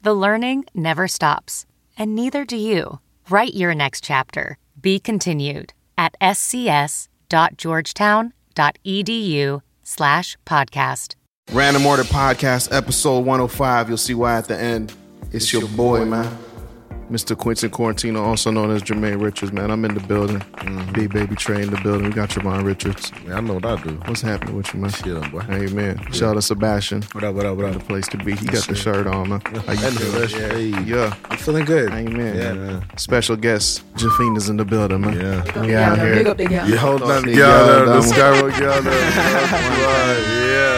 the learning never stops, and neither do you. Write your next chapter. Be continued at scs.georgetown.edu E slash podcast. Random Order Podcast, episode 105. You'll see why at the end. It's, your, boy, man. Mr. Quinton Quarantino, also known as Jermaine Richards, man. I'm in the building. Big Baby Train in the building. We got Javon Richards. Yeah, I know what I do. What's happening with you, man? Shit, boy. Hey, man. Shout out to Sebastian. What up, what up, what The up? place to be. He got the shirt on, man. How you I know that shit. feeling? Hey. Yeah. I'm feeling good. Hey, man. Yeah, man. Special guest, Jafina's in the building, man. Yeah. We out here. You hold on together, together, the the skyrock together. Yeah.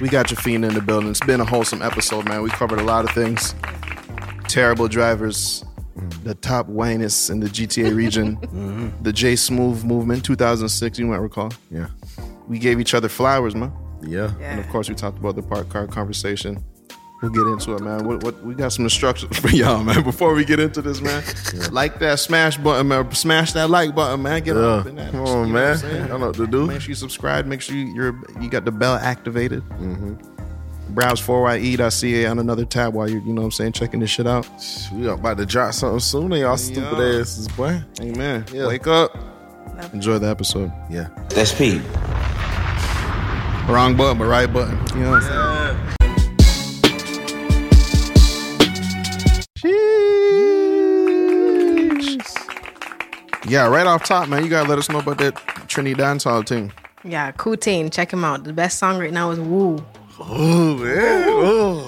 We got Jafina in the building. It's been a wholesome episode, man. We covered a lot of things. Terrible drivers, the top whinest in the GTA region, the J Smooth movement, 2006, you might recall. Yeah. We gave each other flowers, man. Yeah. And of course, we talked about the park car conversation. We'll get into it, man. What, what we got some instructions for y'all, man. Before we get into this, man, like that smash button, man. Smash that like button, man. Get up in that. Come You know on, what I'm man. saying? I know what to do. Make sure you subscribe. Make sure you, you're you got the bell activated. Mm-hmm. Browse E 4ye.ca on another tab while you're, you know what I'm saying, checking this shit out. We about to drop something soon, and y'all stupid Yeah. asses, boy. Amen. Yeah. Wake up. Enjoy the episode. Yeah. That's Pete. Wrong button, but right button. You know what I'm saying? Yeah, right off top, man, you gotta let us know about that Trinity Dancehall team. Yeah, Kutin, check him out. The best song right now is Woo. Oh, man. Oh.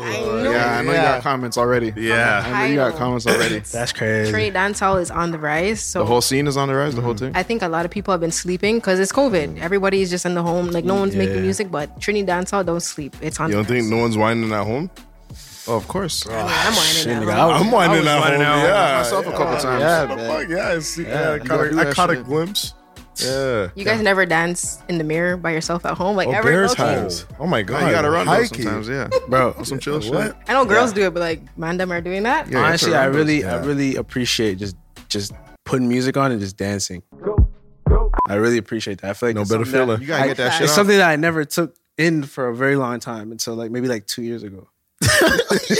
Yeah, I know you got comments already. Yeah. I know you got comments already. That's crazy. Trinity Dancehall is on the rise. The So whole scene is on the rise, the whole thing. I think a lot of people have been sleeping because it's COVID. Everybody's just in the home. Like no one's making music, but Trinity Dancehall don't sleep. It's on You the don't think rise. no one's whining at home? Oh, of course. I'm whining Shit, at home. nigga, I was- I'm whining I at was home. whining at home Yeah. myself a yeah. couple times. Yeah, What the man. Yeah, I see. Yeah, Yeah, I you caught gotta do a- I that caught a shit. glimpse. Yeah. You guys never dance in the mirror by yourself at home? Like Oh, every Bears girl do. times. Oh my god. you gotta run those Hike it. sometimes, yeah. Bro, some chill shit. What? I know girls do it, but like man, them are doing that. Yeah, Honestly, it's I around really, those- I really appreciate just, just putting music on and just dancing. I really appreciate that. I feel like No it's better something that- feeling. You gotta get that shit It's out. something that I never took in for a very long time until like maybe like two years ago.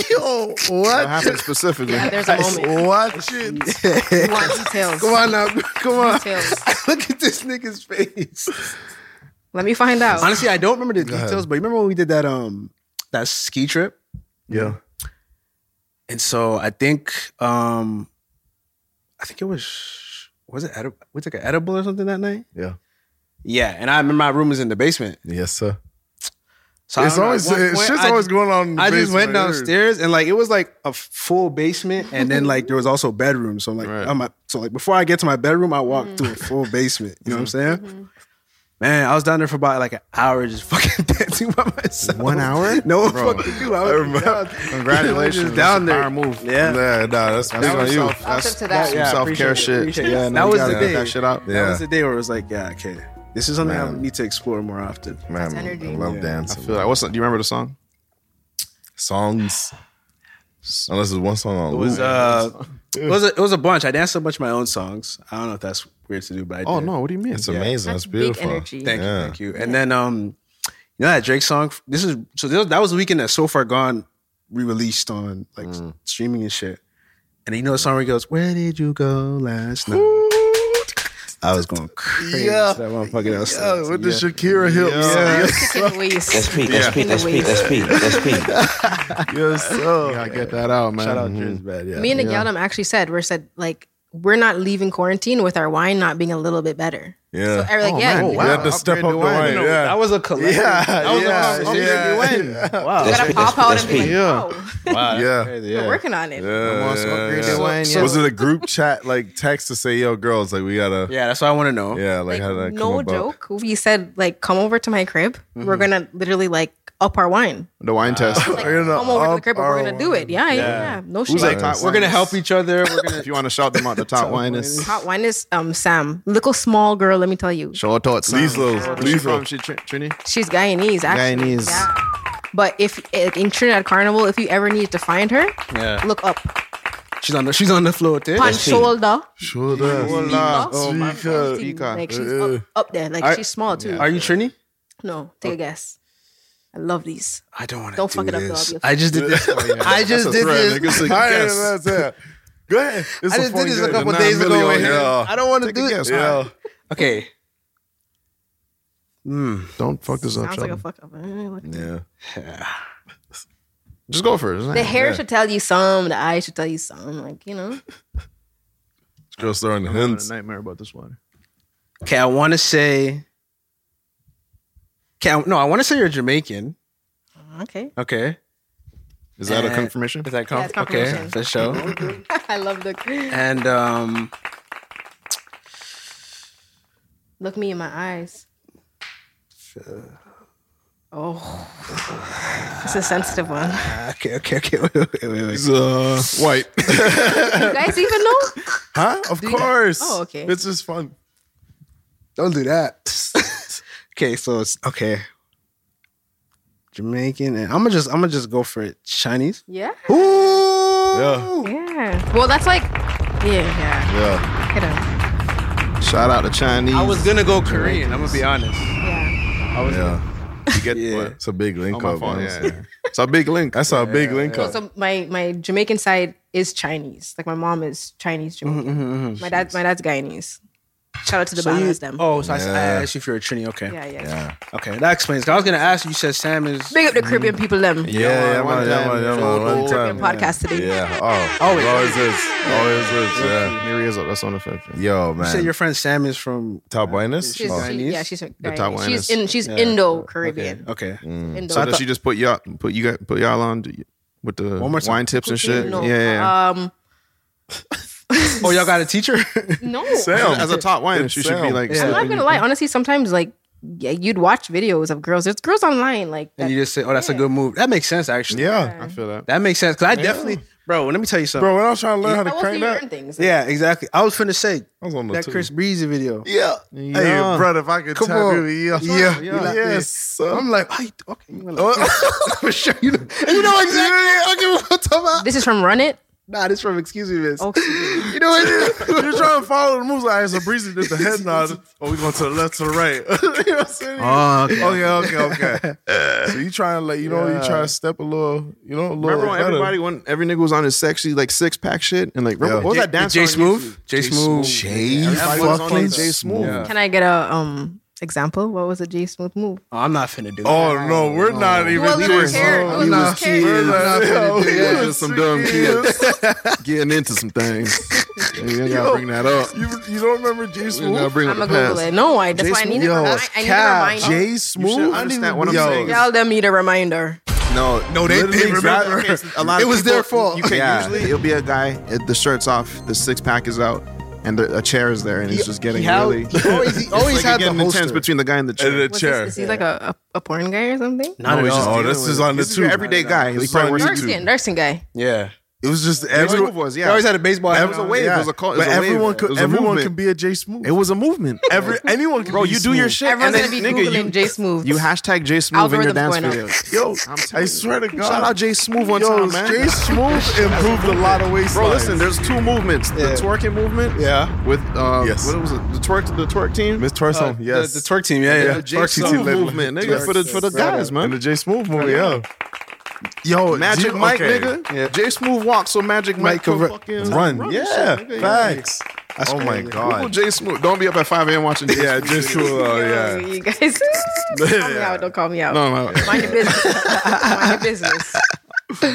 Yo, What what? happened specifically? Yeah, there's a moment. Watch it. You want details. Come on now, come on. Details. Look at this nigga's face. Let me find out. Honestly, I don't remember the details, but you remember when we did that um that ski trip? Yeah. And so I think um I think it was was it edible? We took an edible or something that night. Yeah. Yeah, and I remember my room was in the basement. Yes, sir. So I it's remember always at one it's point, just I- always going on. in the I just basement. went downstairs and like it was like a full basement, and then like there was also bedrooms. So I'm like, Right. I'm a- so like before I get to my bedroom, I walk through a full basement. You know what I'm saying? Man, I was down there for about like an hour, just fucking dancing by myself. One hour? No one Bro. fucking knew. I was Everybody- down- Congratulations. just down That's a there. power move. Yeah. Nah, nah, that's big That's on you. self- that's tip to that. some Yeah, self appreciate care it, shit. appreciate it. Yeah, That no, you was gotta the get thing. That shit out. That Yeah. was the day where it was like, yeah, okay, this is something I Man. need to explore more often. Man, energy. I love Yeah. I dancing. feel like what's do you remember the song? Songs. Unless there's one song on It was, Oh, loop. uh, it was a, it was a bunch. I danced a bunch of my own songs. I don't know if that's weird to do, but I Oh did. no, what do you mean? it's amazing. That's That's, big beautiful. energy. Thank Yeah. you, thank you. And then um, you know that Drake song. This is so this, that was the weekend that So Far Gone re-released on like streaming and shit. And you know the song where he goes, "Where did you go last night?" I was going crazy. Yeah. to that motherfucking Yeah, with the yeah. Shakira hips. Yeah. Kicking the That's waist. Pete. That's Pete. That's Pete. That's Pete. That's Oh, Pete. Yes, sir. You gotta get that out, man. Shout out Mhm. Driz Bad. Yeah. Me and the Galdem actually said we're said like we're not leaving quarantine with our wine not being a little bit better. yeah. So every like yeah, Oh, man. you you Wow, had to step up upgrade the the wine. wine. No, Yeah. That was a collective. Yeah, that was yeah, a conversation. Wow. That's gotta Pete. pop out That's and be like, Pete. Yeah. oh, wow. that's Yeah. crazy, we're working on it. Yeah, Must yeah, upgrade yeah. their wine, So- yeah. Was it a group chat like text to say, "Yo, girls, like we gotta, yeah, Yeah, that's what I want to know. like, how did that no come about? Mm-hmm. joke. We said like, come over to my crib. We're gonna literally like up our wine. The wine test. You know, Come over to the up crib, but we're our gonna do it. Yeah, yeah, yeah. No shit. Who's that top We're gonna help each other. We're gonna If you want to shout them out, the top wine is. Hot wine is um Sam, little small girl. Let me tell you, Show her thoughts. Lieslo, She Lieslo. from she, Tr- Trini. she's Guyanese. Actually. Guyanese. Yeah. But if in Trinidad Carnival, if you ever need to find her, Yeah. look up She's on the she's on the floor there. on see. shoulder. Shoulder. Hola. Oh, my Like God. she's Pika. up, up there. Like she's small too. Are you Trini? No, take a guess. I love these. I don't want to Don't fuck it up, though. I'll be I just did this. for you. I just did this. I ain't allowed to say it. Go ahead. It's I just did funny this guy. a couple The days nine ago. million, in here. I don't want to Take a do guess. this. Yeah. Okay. Don't fuck this up, Sounds like Sheldon. a fuck up. Eh, what- Yeah. yeah. Just go for it. The hair should tell you some. The eyes should tell you some. Like you know, Girls throwing hints. nightmare about this water. Okay, I want to say. Okay, I- no, I want to say you're Jamaican. okay. Okay, Is that a Uh, confirmation? is that com- Yeah, it's okay confirmation. for sure? I love the and um, look me in my eyes. Oh, it's a sensitive one. Ah, okay, okay, okay. Wait, wait, wait, wait. He's uh, white. You guys even know? huh? Of course. Oh, okay. It's just fun. Don't do that. okay, so it's okay. Jamaican, and I'm gonna just I'm gonna just go for it. Chinese. Yeah. Yeah. Yeah. Well, that's like, yeah, Yeah. yeah. Hit 'em. Shout out to Chinese. I was gonna go Korean. I'm gonna be honest. Yeah. Yeah. You get Yeah. what? It's a big link on up. my phone. honestly. Yeah. it's a big link. That's a big link up. So my my Jamaican side is Chinese. Like my mom is Chinese Jamaican. My dad my dad's Guyanese. Shout out to the Mm-hmm, So you- Bahamas them. oh, so I s- I, Yeah. asked you if you're a Trini. Okay, Yeah, yeah. okay, that explains. 'Cause I was gonna ask you. You said Sam is. Big up the Caribbean people them. Yeah, yeah, one man, yeah, time. man, yeah, man, one time. Caribbean podcast today. Yeah. Oh, always, always is. Always is. Yeah. Mary is up. That's on the fact. Yo, You said man. your friend Sam is from. Top whiteness? She's, Oh. she, Guyanese? yeah, she's from The Guyanese. She's Taiwanese. in she's Indo Caribbean. Okay. Mm. Indo. So does she just put y'all put you got put y'all on to- with the more time. wine tips and shit? No, Yeah, yeah. Um, Oh, y'all got a teacher? no. Sam. As a top wine, It's she should be sound. like. Yeah. I'm slipping not gonna lie. Honestly, sometimes like yeah, you'd watch videos of girls. There's girls online like and that. you just say, "Oh, that's a good move." That makes sense, actually. Yeah. I feel that. That makes sense. Cause I definitely, bro. Let me tell you something. Bro, when I was trying to learn how I to will see crank you that, learn things. Yeah, exactly. I was finna say I was on the that two. Chris Breezy video. Yeah. Yeah. Hey, brother, if I could Come tap on. you, yeah. Yeah. You like Yes. this. sir. I'm like, "Why you- okay, you like- for sure. You know, you know exactly. Okay, what I'm talking about. This is from Run It. nah, this from excuse me, miss. Oh, excuse me. You know what? You're trying to follow the moves. All right, so Breezy did the head nod. Oh, we going to the left, to the right. you know what I'm saying? Oh, okay. okay, okay, okay. so you trying to like, you know, you try to step a little, you know, a little. Remember when better. everybody when every nigga was on his sexy like six pack shit and like remember, Yeah. what was that dance? J on Smooth. YouTube? J Smooth. Jay Everybody was on fucking that J Smooth. Yeah. Can I get a um example? What was a J Smooth move? Oh, I'm not finna do. Oh no, we're not even. Well, we doing were scared. songs. We Nah, Oh, was scared. we're not- We yo, was we was just some dumb kids. Getting into some things. you ain't gotta bring that up. You, you don't remember J You ain't gotta Smooth? bring up I'm the gonna Google past. it. No, I. That's why I need to. Yo, I, I need a reminder. J You Smooth. should understand what I'm Yo. saying. Y'all them need a reminder. No, No, they- they literally, remember. okay, so A lot It of was people- their fault. You can Yeah. usually it'll be a guy, it, the shirt's off, the six pack is out, and the, a chair is there, and it's just getting He had- really. he always, he it's always like had the getting holster. intense between the guy and the And chair. the What's chair. This? Is he like a, a, a porn guy or something? Not No, at he's just all. Oh, this is on the This is your tube. everyday guy. He This is probably on wears Dark YouTube. skin, dark skin guy. Yeah. It was just His everyone. move was, He yeah. always had a baseball. That hat was a on. wave. Yeah. It was a call. It was But a wave. everyone could. It was a Everyone movement. can be a J Smooth. It was a movement. Every anyone can. Bro, be you do your Smooth. shit. Everyone's and gonna then, be nigga, googling you- J Smooth. You hashtag J Smooth in your Algorithms dance going up. video. Yo, I swear to God. Shout out J Smooth one Yo, time, man. J Smooth improved a lot of waist. Bro, listen. There's two movements: the Yeah. twerking movement, yeah, with uh, Yes. what was it? The twerk, the twerk team. Uh, Miss Torso. The- yes, The, twerk team. Yeah, yeah. the J Twerk Smooth team. movement, nigga, for the for the guys, and the man. J Smooth movie. Yeah, yo, Magic do- Mike, okay. nigga. J Smooth walk so Magic Mike, Mike could could fucking Run, and yeah, shit, nigga. facts. oh my Google God. J Smooth. Don't be up at 5 a.m. watching J Yeah, Smooth. J Smooth. Oh Yo, yeah. You guys, don't call me out. Don't call me out. No, no. Mind your business. Mind your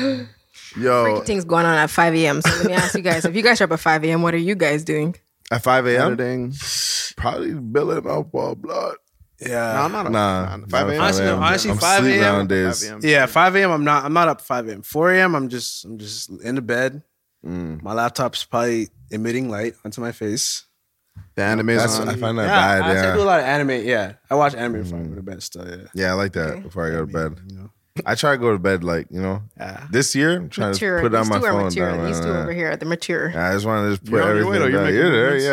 business. Yo, Freaky things going on at 5 a.m. So let me ask you guys: If you guys are up at 5 a.m., what are you guys doing? at 5 a.m. Editing. Probably billing up all blood. Yeah. No, I'm not up. Nah, Nah, 5 a.m. Honestly, I'm honestly, asleep 5 a.m. nowadays. 5 a.m. Yeah, 5 a.m. I'm not. I'm not up 5 a.m. 4 a.m. I'm just. I'm just in the bed. My laptop's probably emitting light onto my face. The anime's That's, on. I find that Yeah, bad. I, actually yeah. Mm. do a lot of anime. Yeah, I watch anime before I go to bed. Still, yeah. Yeah, I like that before I go to bed. I try to go to bed like you know. This year, I'm trying Mature. to put down These my two are phone. mature. down, uh, These two over here, the mature. I just want to just put You're on your everything. way, though. You're down. making You're there, movements.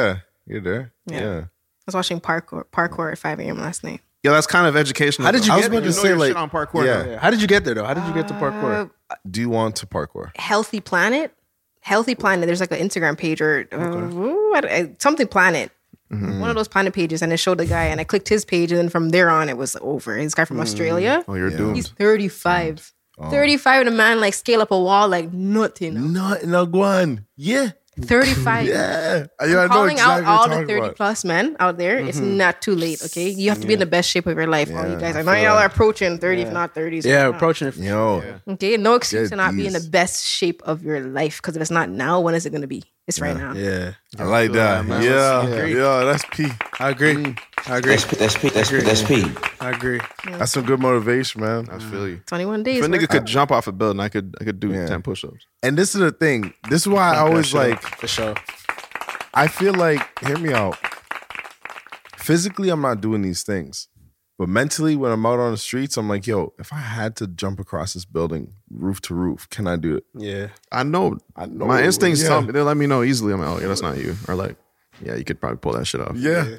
yeah. You're there, yeah. Yeah. I was watching parkour parkour at 5 a.m. last night. Yeah, that's kind of educational. How did you I was get about there? to You know say your like shit on parkour. Yeah. How did you get there though? How did you get to Uh, parkour? Do you want to parkour? Healthy Planet. Healthy Planet. There's like an Instagram page or uh, ooh, I don't- I- something Planet. Mm-hmm. One of those planet pages, and it showed the guy, and I clicked his page, and then from there on, it was over. This guy from Australia. Oh, you're He's doomed. 35. 35 and a man like scale up a wall like nothing. Not in Laguan. Yeah, 35. Mm. yeah. I, I know Calling exactly out all what the you're 30 talking about. Mm-hmm. plus men out there, it's not too late, okay? You have to be in the best shape of your life. all you guys are. Now y'all are approaching 30, if not 30s. Yeah, approaching it. Yo, Okay, no excuse Yeah, to not be in the these- best shape of your life because if it's not now, when is it going to be? It's right now. Yeah, I like that. man. yeah, That's yeah, great. that's P. Mm. I agree. I agree. That's P. That's P. That's P. That's P. I agree. That's some good motivation, man. I feel you. 21 days. If a worth nigga could jump off a building, I could I could do Yeah. ten push-ups. And this is the thing. This is why I always like. for sure. I feel like, hear me out. Physically, I'm not doing these things. But mentally, when I'm out on the streets, I'm like, yo, if I had to jump across this building roof to roof, can I do it? Yeah. I know. I know, My instincts yeah. tell me. They let me know easily. I'm like, oh yeah, that's not you. Or like, yeah, you could probably pull that shit off. Yeah.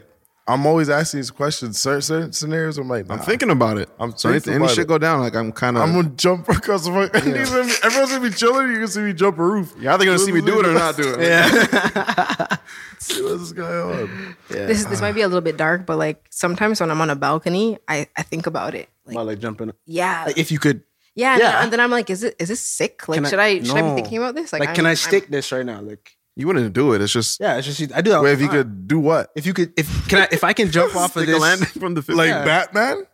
I'm always asking these questions. Certain, certain scenarios, I'm like, nah, I'm thinking about it. I'm so if thinking any about shit it. go down, like I'm kind of. I'm gonna jump across the fuck. Everyone's gonna be- everyone's gonna be chilling. You're gonna see me jump a roof. You're either gonna see me do it or not do it. Yeah. See what's this guy on? This this might be a little bit dark, but like sometimes when I'm on a balcony, I, I think about it. Like, About like jumping. yeah, Like if you could, yeah, and- yeah. And then I'm like, is it is this sick? Like, can should I should I no. be thinking about this? Like, I'm- can I I'm- stick this right now? Like, You wouldn't do it. It's just yeah, it's just I do that. all Wait, the if you time. could do what? if you could, if can I, if I can jump off of Stick a this, landing from the Like Yeah. Batman?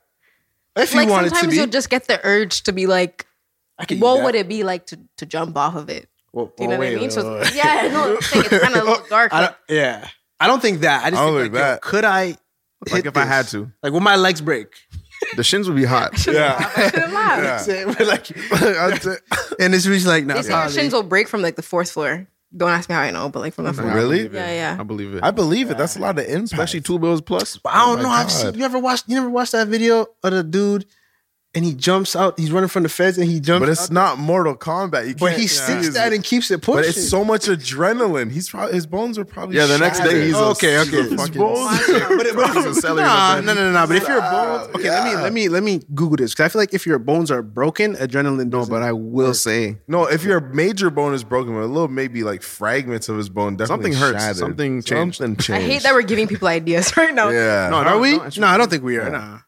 if you like wanted to sometimes be, you'll just get the urge to be like, I could what would it be like to to jump off of it? Well, Do you know what well, I Oh, wait, mean? wait, So wait, wait. yeah, no, it's like, it's kind of a little dark. I don't, Like, yeah, I don't think that. I just I don't think, think like, yo, that. could I? like hit if I had this? to, like, will my legs break? the shins would be hot. Yeah. couldn't laugh. Yeah. like, I'd say- and it's really like, nah, They say your probably. shins will break from like the fourth floor. Don't ask me how I know, but like from the fourth. really? Yeah, yeah. I believe it. I believe it. That's a lot of impact. Especially two bills plus. But I Oh don't my know. I've seen. God. You ever watched? You never watched that video of the dude, and he jumps out. He's running from the feds, and he jumps. But it's not Mortal Kombat. You but can't he use sticks it. that and keeps it pushing. But it's so much adrenaline. He's probably his bones are probably. Yeah, the next day he's a- okay. he's a Okay. fucking- But it- but- He's a celery nah, in the no, no, no, no. But if your bones, okay, let me let me let me Google this because I feel like if your bones are broken, adrenaline. No, But I will say No, if your major bone is broken, but a little maybe like fragments of his bone something definitely hurts. shattered. Something changed. Something I changed. hate that we're giving people ideas right now. Yeah. No, are we? no, it's- No, I don't think we are. Nah.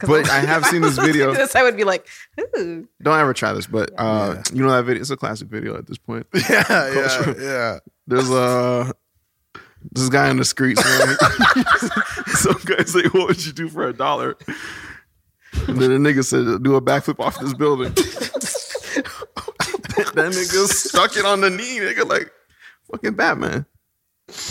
'Cause But I'm- I have seen this if I was video. listening to This I would be like, ooh. Don't ever try this, but uh, you know that video. It's a classic video at this point. Yeah, yeah, yeah. There's uh, this guy on the streets. man. Some guy's like, "What would you do for a dollar?" And then the nigga said, "Do a backflip off this building." that nigga stuck it on the knee. Nigga, like fucking Batman.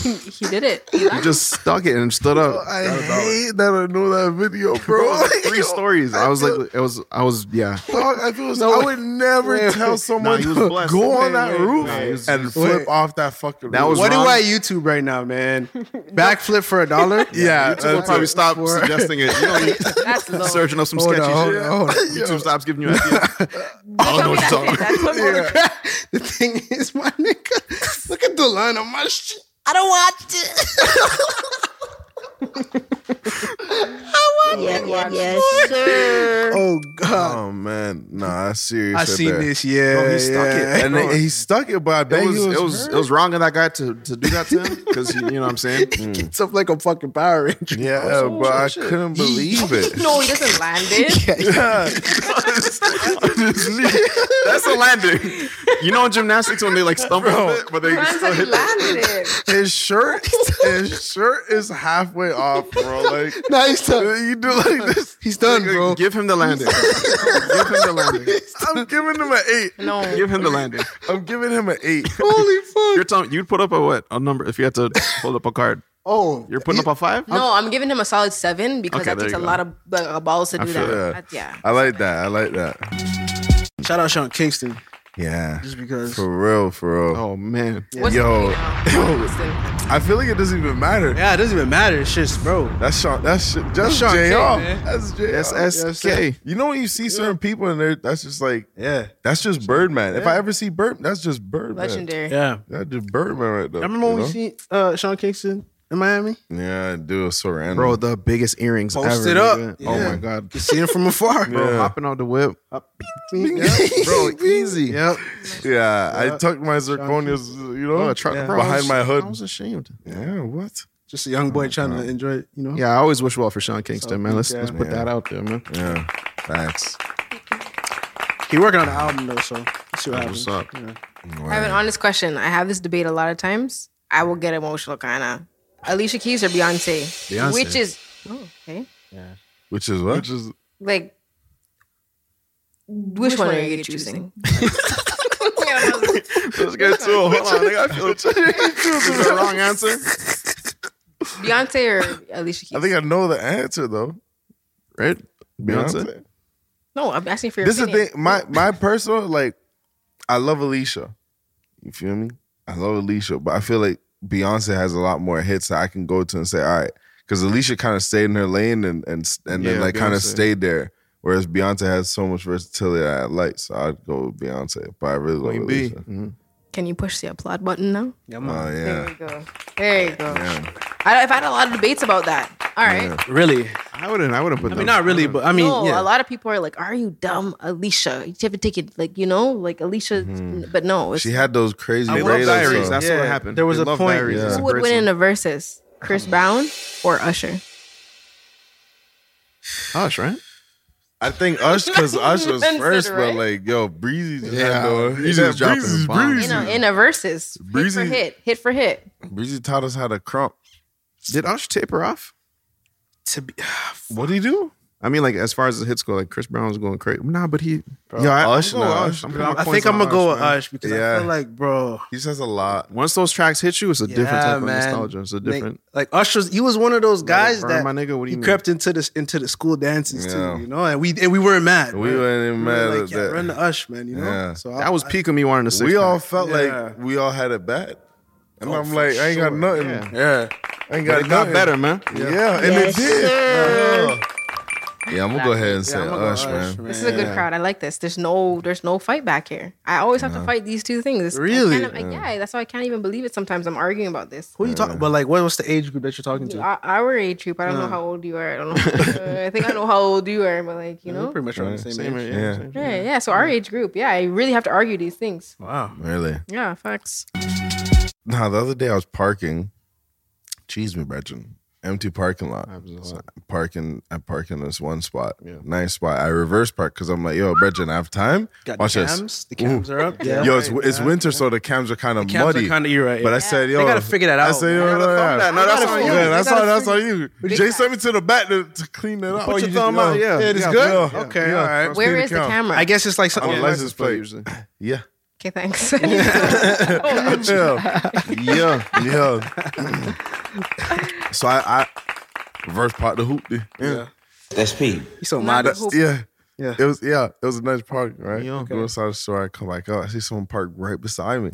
he did it. He just stuck it and stood up. I hate that I know that video, bro. Like, Three stories. I was like, it was. I was. Yeah. dog, I, feel so- I would never tell someone he was to blessed. go on Wait, that wait, roof nah, he was- and flip wait. off that fucking. That roof. was What do wrong. I YouTube right now, man? Backflip for a dollar? Yeah, So we'll that's probably it. stop For- suggesting it. You know, you- That's low. searching up some Hold sketchy on, hold shit. on, hold on. YouTube stops giving you ideas. Don't tell me that's it. That's what Mortal Kombat- the thing is, my nigga, look at the line on my shit. Yeah, yeah, yeah, sure. Oh god, Oh man, nah, that's serious. I right seen there. this. Yeah, Bro, he stuck it, and yeah. then he stuck it. But I bet It was, he was. it was hurt. it was wrong of that guy to, to do that to him because you know what I'm saying. gets up like a fucking Power Ranger. yeah, but I couldn't believe it. No, he doesn't land it. That's a landing. You know in gymnastics when they like stumble, a bit, but they Lands still like he hit. landed it. His shirt, his shirt is halfway off, bro. Like Nah, he's done. you do like this. He's done, bro. Give him the landing. Give him the landing. I'm giving him an eight. No. Give him the landing. I'm giving him an eight. Holy fuck! You're telling you'd put up a what a number if you had to hold up a card. Oh, You're putting up a five. No, I'm giving him a solid seven because Okay, that there takes you a go. lot of uh, balls to do feel that. that. That's- Yeah. I like that. I like that. shout out Sean Kingston. Yeah. just because. For real, for real. Oh man. What's Yo. the you know, what's the- I feel like it doesn't even matter. Yeah, it doesn't even matter. It's just, bro. That's Sean. That's Sh- just Sean JR. King, man. that's JR. SSK. You know when you see certain people and they're that's just like Yeah. that's just Birdman. If I ever see Bird, that's just Birdman. Legendary. Yeah. That's just Birdman right there. I remember when you we know? seen uh, Sean Kingston in Miami. Yeah, I do. It's so random. Bro, the biggest earrings Post ever. it up. nigga. Yeah. Oh my god. You seen him from afar. Bro, hopping on the whip. bro, easy. Yep. Yeah, I tucked my zirconias, you know, Oh, a truck- bro, I behind was- my hood. I was ashamed. yeah, what? Just a young boy trying to enjoy, it, you know. Yeah, I always wish well for Sean Kingston, man. Let's yeah. let's put Yeah. that out there, man. Yeah, facts. He working on an album though, so let's see what happens. What's up? I have an honest question. I have this debate a lot of times. I will get emotional, kind of. Alicia Keys or Beyonce? Beyonce. Which is oh, okay. Which is what? Which is Like, which, one, are you choosing? let's get to it. Hold on, nigga, I feel Is that the wrong answer? Beyonce or Alicia Keys? I think I know the answer though. Right? Beyonce? Beyonce? no, I'm asking for your. This is the opinion. thing. My my personal like, I love Alicia. You feel me? I love Alicia, but I feel like Beyonce has a lot more hits that I can go to and say, all right, because Alicia kind of stayed in her lane and and and then Yeah, like kind of Beyonce. stayed there. Whereas Beyonce has so much versatility that I like, so I'd go with Beyonce. But I really love Queen B. Alicia. Can you push the applaud button now? Oh There yeah, you go. There you go. yeah. I, I've had a lot of debates about that. All right. Yeah. Really? I wouldn't I wouldn't put I mean, not really, but I mean, no, yeah. a lot of people are like, "Are you dumb, Alicia? You have to take it, like you know, like Alicia." But no, it's, Mm-hmm. She had those crazy They love love radars. diaries. though. That's Yeah. what happened. There was They a love point- Diaries as Yeah. a who would win person. in a versus, Chris Brown or Usher? Hush, right? I think Ush because Ush was Even said first, it but right. like yo, Breezy just Yeah. had no. Breezy was dropping Breezy's bombs. Breezy. You know, in a versus, hit for Breezy. hit, hit for hit. Breezy taught us how to crump. Did Ush taper off? to be, What do you do? I mean, like as far as the hits go, like Chris Brown was going crazy. Nah, but he, Yo, I- Ush, I'm going nah, Ush, Ush. I'm bro. putting my I points think I'm on gonna go with man. Ush because I Yeah. feel like, bro, He says a lot. Once those tracks hit you, it's a different yeah, type man. of nostalgia. It's a Like- different. Like, Usher's, he was one of those guys burn, that my nigga, what do he you mean? crept into this into the school dances Yeah. too, you know, and we and we weren't mad. We right? weren't even We were mad like, at yeah, that. Run the Ush, man, you know. Yeah. So I, that was peak of me wanting to six. we all felt Yeah. like we all had it bad. And I'm like, I ain't got nothing. Yeah. Oh, Yeah. I ain't But got it got nothing. better, man. Yeah, and it did. Uh-huh. Yeah. Yeah, I'm gonna go ahead and say I'm gonna go Ush, man. This is a good crowd. I like this. There's no, there's no fight back here. I always have to fight these two things. It's- I Really? kind of- I- yeah, that's why I can't even believe it. Sometimes I'm arguing about this. Who you talking? But like, what was the age group that you're talking to? Our- Our age group. I don't know how old you are. I don't know. Uh, I think I know how old you are, but like you know, Pretty much around the same, Same age. here, Yeah. yeah. same here. Yeah, yeah. So our age group, yeah, I really have to argue these things. Wow. Really? Yeah, facts. Nah, the other day I was parking. Cheese me, Brethren. Empty parking lot. So I'm parking, I'm parking this one spot. Nice spot. I reverse park because I'm like, yo, Brethren, I have time. Got Watch the this. cams. The cams are up. Yeah. Yo, it's, it's winter, so the cams are kind of cams muddy. are kind of you right. But I yeah. said, yo, They gotta figure that I out, said, man. yo, They gotta no, yeah. thumb that. No, They that's gotta on you. figure- Yeah, they that's gotta on that's figure- on you. Jay sent me to the back to, to clean it up. Oh, you just- oh, yeah. Yeah, it's Yeah, good. yeah. Okay, Yeah. all right. Where Speed is the count. camera? I guess it's like I something. don't like- license plate usually. Yeah. okay, thanks. yeah, yeah, yeah. so I, I reverse part the hoop. Yeah. Yeah. That's Pete. He's so modest. That's- yeah, Yeah. It was yeah, it was a nice park, right? Yeah. Go inside the store. I come back out. I see someone parked right beside me.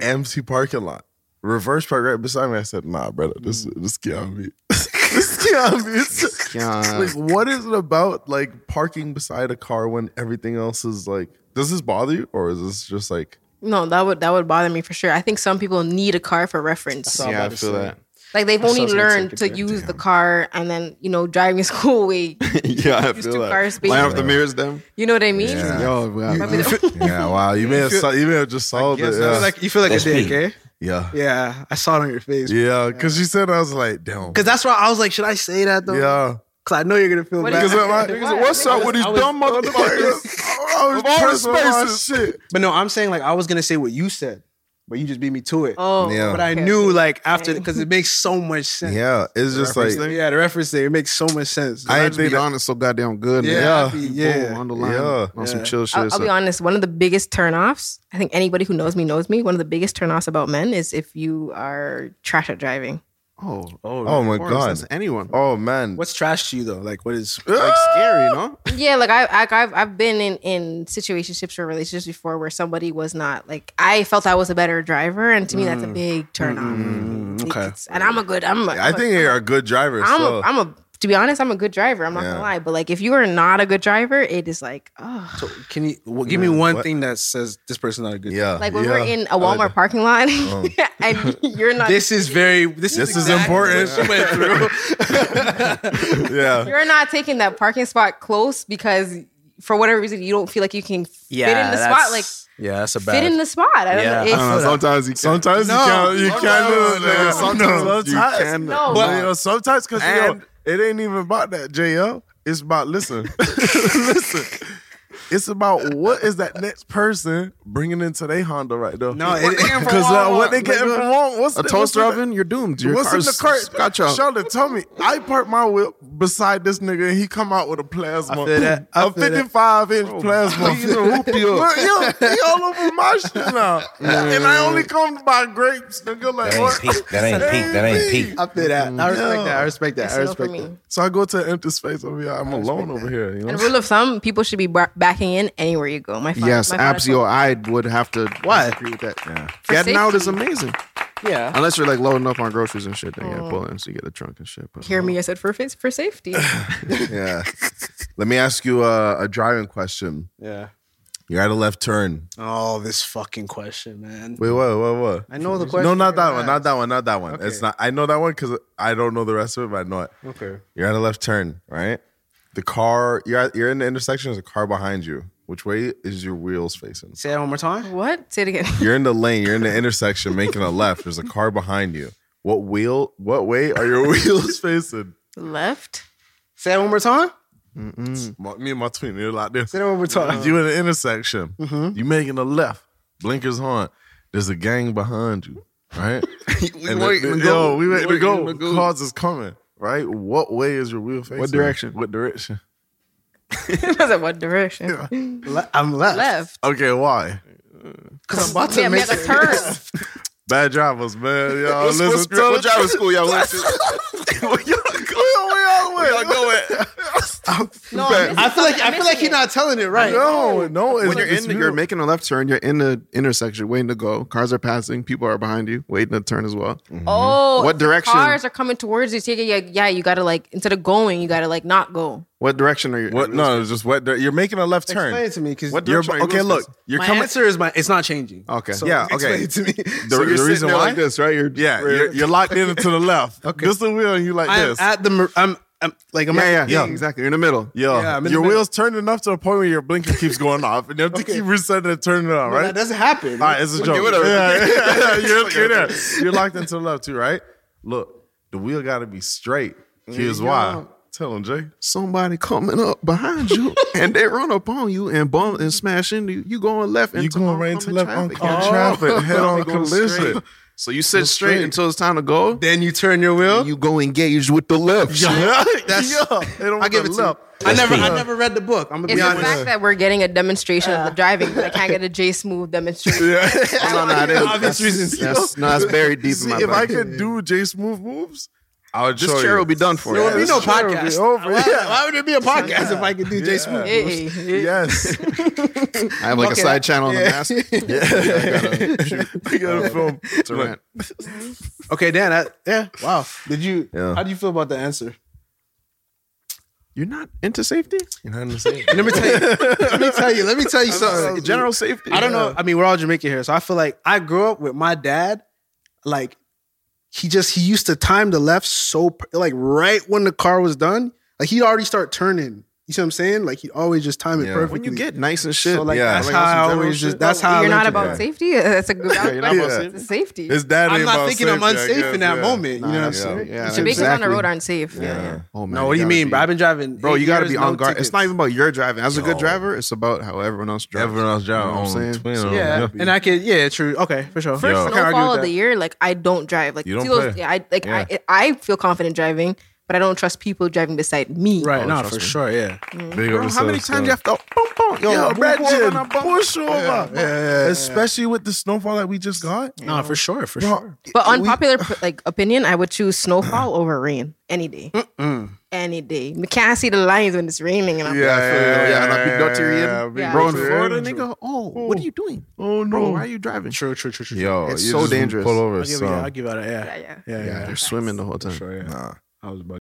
MC parking lot. Reverse park right beside me. I said, Nah, brother, this this can't be. this can't be. It's, Yeah. like, what is it about like parking beside a car when everything else is like? Does this bother you, or is this just like? no, that would that would bother me for sure. I think some people need a car for reference. all Yeah, I about feel that. Like they've only sounds like learned to something, use the car, and then you know driving school way. yeah, I two feel that. cars being- Line up the mirrors, them. You know what I mean? Yo, wow. I mean, Yeah, wow. You may have sol- you may have just solved it. You Yeah, feel like you feel like a That's dick, Pete. eh? yeah, Yeah, I saw it on your face. yeah. Because you said I was like, damn. Cause that's why I was like, should I say that though? Yeah. Cause I know you're gonna feel What bad. is- Because I'm like, Why? what's up with these dumb motherfuckers? I all the was pissed with my spaces. shit. But no, I'm saying like I was gonna say what you said, but you just beat me to it. oh, Yeah. But I okay. knew like after because it makes so much sense. Yeah, it's just like, Like, yeah, the reference there, it makes so much sense. I ain't just be being honest so goddamn good. man. Yeah, I be- Boom, yeah, on the line, yeah. on some chill shit. I'll, I'll so- be honest. One of the biggest turnoffs. I think anybody who knows me knows me. One of the biggest turnoffs about men is if you are trash at driving. Oh, Oh, Oh my of course, god. that's anyone. Oh man. What's trash to you though? Like what is? Uh, Like scary, no? Yeah, like I, I I've I've been in in situationships or relationships before where somebody was not like I felt I was a better driver, and to me that's a Mm. big turn off. Mm-hmm. Like, okay. it's- and I'm a good. I'm. A, I think they are good drivers. I'm. so. A, I'm a. To be honest, I'm a good driver. I'm not Yeah. gonna lie, but like if you are not a good driver, it is like oh. So can you well, give me one What? thing that says this person's not a good? yeah. Like when yeah. we're in a Walmart parking lot, Oh. and you're not. This is very. This, This is exactly important. what she went through. yeah. you're not taking that parking spot close because for whatever reason you don't feel like you can fit in the spot. Like yeah, that's a bad. fit in the spot. I don't Yeah. know. It's, Uh, sometimes you sometimes you can't you can't do it, nigga. Sometimes you can. No. But, you know, sometimes because And- it ain't even about that, JL. It's about listen, listen. It's about what is that next person bringing into their Honda right there? No, it- it- because uh, what they getting Nigga, from home? What's A the- what's toaster in the- oven, you're doomed. Your What's in car's the cart? Got you. Sheldon, tell me. I park my whip beside this nigga, and he come out with a plasma. I feel that. I a feel that. 55 inch plasma. please, no, whoop you Look, yo, he all over my shit now, and I only come to buy grapes, nigga. Like, That ain't what? peak. That ain't peak. That ain't peak. I feel that. I respect Yeah. that. I respect that. it's I no for respect me. that. So I go to an empty space over here. I'm alone over here. You know, And rule of thumb, people should be ba- backing in anywhere you go. My father, Yes, my father- Absio, I would have to Why? disagree with that. For Getting out is safety. amazing. Yeah. Unless you're like loading up on groceries and shit, then Oh. yeah, pull in so you get a trunk and shit. But, Hear me, I said for fa- for safety. yeah. Let me ask you uh, a driving question. Yeah. You're at a left turn. Oh, this fucking question, man. Wait, what? What? What? I know the question. No, not that you're one. Not asked. that one. Not that one. It's Okay. not. I know that one because I don't know the rest of it, but I know it. Okay. You're at a left turn, right? The car. You're at, you're in the intersection. There's a car behind you. Which way is your wheels facing? Say that one more time. what? Say it again. You're in the lane. You're in the intersection, making a left. There's a car behind you. What wheel? What way are your wheels facing? Left. Say that one more time. My- me and my twin, they're like this. Say that one more time. You in the intersection. Mm-hmm. You making a left. Blinkers on. There's a gang behind you, right? we waiting to Yo, go. we waiting to We go. waiting to go. Cars is coming, right? What way is your wheel facing? direction? What direction? It was in what direction? Le- I'm left. Left. Okay, why? Because I'm about to Yeah, make make a turn. Bad drivers, man. Y'all What's- listen what's- to what driving school y'all went to? Where y'all go? Where y'all going? No, I'm missing I feel like I I'm feel like missing you're not telling it right. No, no. It's, When you're in, it's the, you're real. making a left turn. You're in the intersection, waiting to go. Cars are passing. People are behind you, waiting to turn as well. Mm-hmm. it. Oh, What if the direction? Cars are coming towards you. Take it. Yeah, yeah, you gotta like instead of going, you gotta like not go. What direction are you? What? No, it's just what. You're making a left turn. Explain it to me, because What your You're, direction are your okay, wheels look. facing? You're my coming. answer is my. It's not changing. Okay. So Yeah, explain okay. it to me. The, So you're the sitting reason there why like this, right? You're Yeah, we're- you're, you're locked in to the left. Okay. This the wheel, and you like I'm this. at the. mer- I'm. I'm like. I'm yeah, yeah, at, yeah, exactly. You're in the middle. Yo, Yeah, I'm in the your middle. wheels turned enough to the point where your blinker keeps going off, and you have to keep resetting and turning it on, Well, right? That doesn't happen. All right, it's a joke. whatever. Yeah, yeah, yeah, you're, you're there. You're locked into the left too, right? Look, the wheel got to be straight. Here's why. Tell him, Jay. Somebody coming up behind you, and they run upon you and bump and smash into you. You going left and You going right into left on Yeah. traffic, head on collision. So you sit straight straight. until it's time to go. Then you turn your wheel. and you go engage with the left. Yeah, That's- they don't I give it want to. you. left. I never. I peak. never read the book. I'm gonna It's be the honest. fact that we're getting a demonstration of the driving. I can't get a J smooth demonstration. no, no, no, Obvious reasons. That's, no, that's buried deep See, in my if I back. could do Jay Smooth moves, I would show this chair you. will be done for There you. would be no This show will be podcast. over. Why, Yeah. why would there be a podcast if I could do Jay Smooth? Hey, hey. Yes. I have like Okay. a side channel on the mask. I gotta film. It's a rant. Okay, Dan. I, yeah. Wow. Did you? Yeah. How do you feel about the answer? You're not into safety? You know what I'm saying? Let me tell you. let me tell you. Let me tell you something. Like, general safety? I don't know. I mean, we're all Jamaican here, so I feel like I grew up with my dad. Like he just he used to time the left so per- like right when the car was done, like he'd already start turning. You see what I'm saying? Like he'd always just time it Yeah. perfectly. When you get nice and shit, so like yeah, that's like how on some I general always just shit. that's how I You're not learned to about drive. safety. That's a good. you're not about Yeah. safety. safety. His dad I'm ain't not about thinking safety, I'm I unsafe guess, in that yeah. moment. You know what I'm yeah. saying? Yeah, Jamaicans on the road aren't safe. Yeah. Oh, man, No, what do you gotta mean? be- But I've been driving. Bro, eight you got to years, be no on guard. It's not tickets. even about your driving. As a Yo. good driver, it's about how everyone else drives. Everyone else driving You know what I'm on saying? twin. So- on- Yeah, and I could. Yeah, true. Okay, for sure. First I of can no argue fall with of the that. year, like I don't drive. Like You don't see those- play. yeah, I like Yeah. I I feel confident driving, but but I don't trust people driving beside me. Right, no, for sure, Oh, yeah. Big Bro, how many times you have to? Boom, boom, yo, Yo, move Reggie, over and bump. push over. Yeah, yeah, yeah, Especially with the snowfall that we just got. No, for sure, for sure. But unpopular p like opinion, I would choose snowfall over rain any day. Any day. You can't see the lines when it's raining, and I'm Yeah, like, I feel you. yeah, and I be dirty in. Yeah. Bro, in Yeah. Florida, nigga. Oh, what are you doing? Oh Bro, no. why are you driving? True, true, true, true. true. Yo, It's you so just dangerous. Pull over, I'll give it. son. I'll give it. yeah, Yeah, yeah. yeah, yeah. They're swimming the whole time. Sure, yeah. Nah. I was about.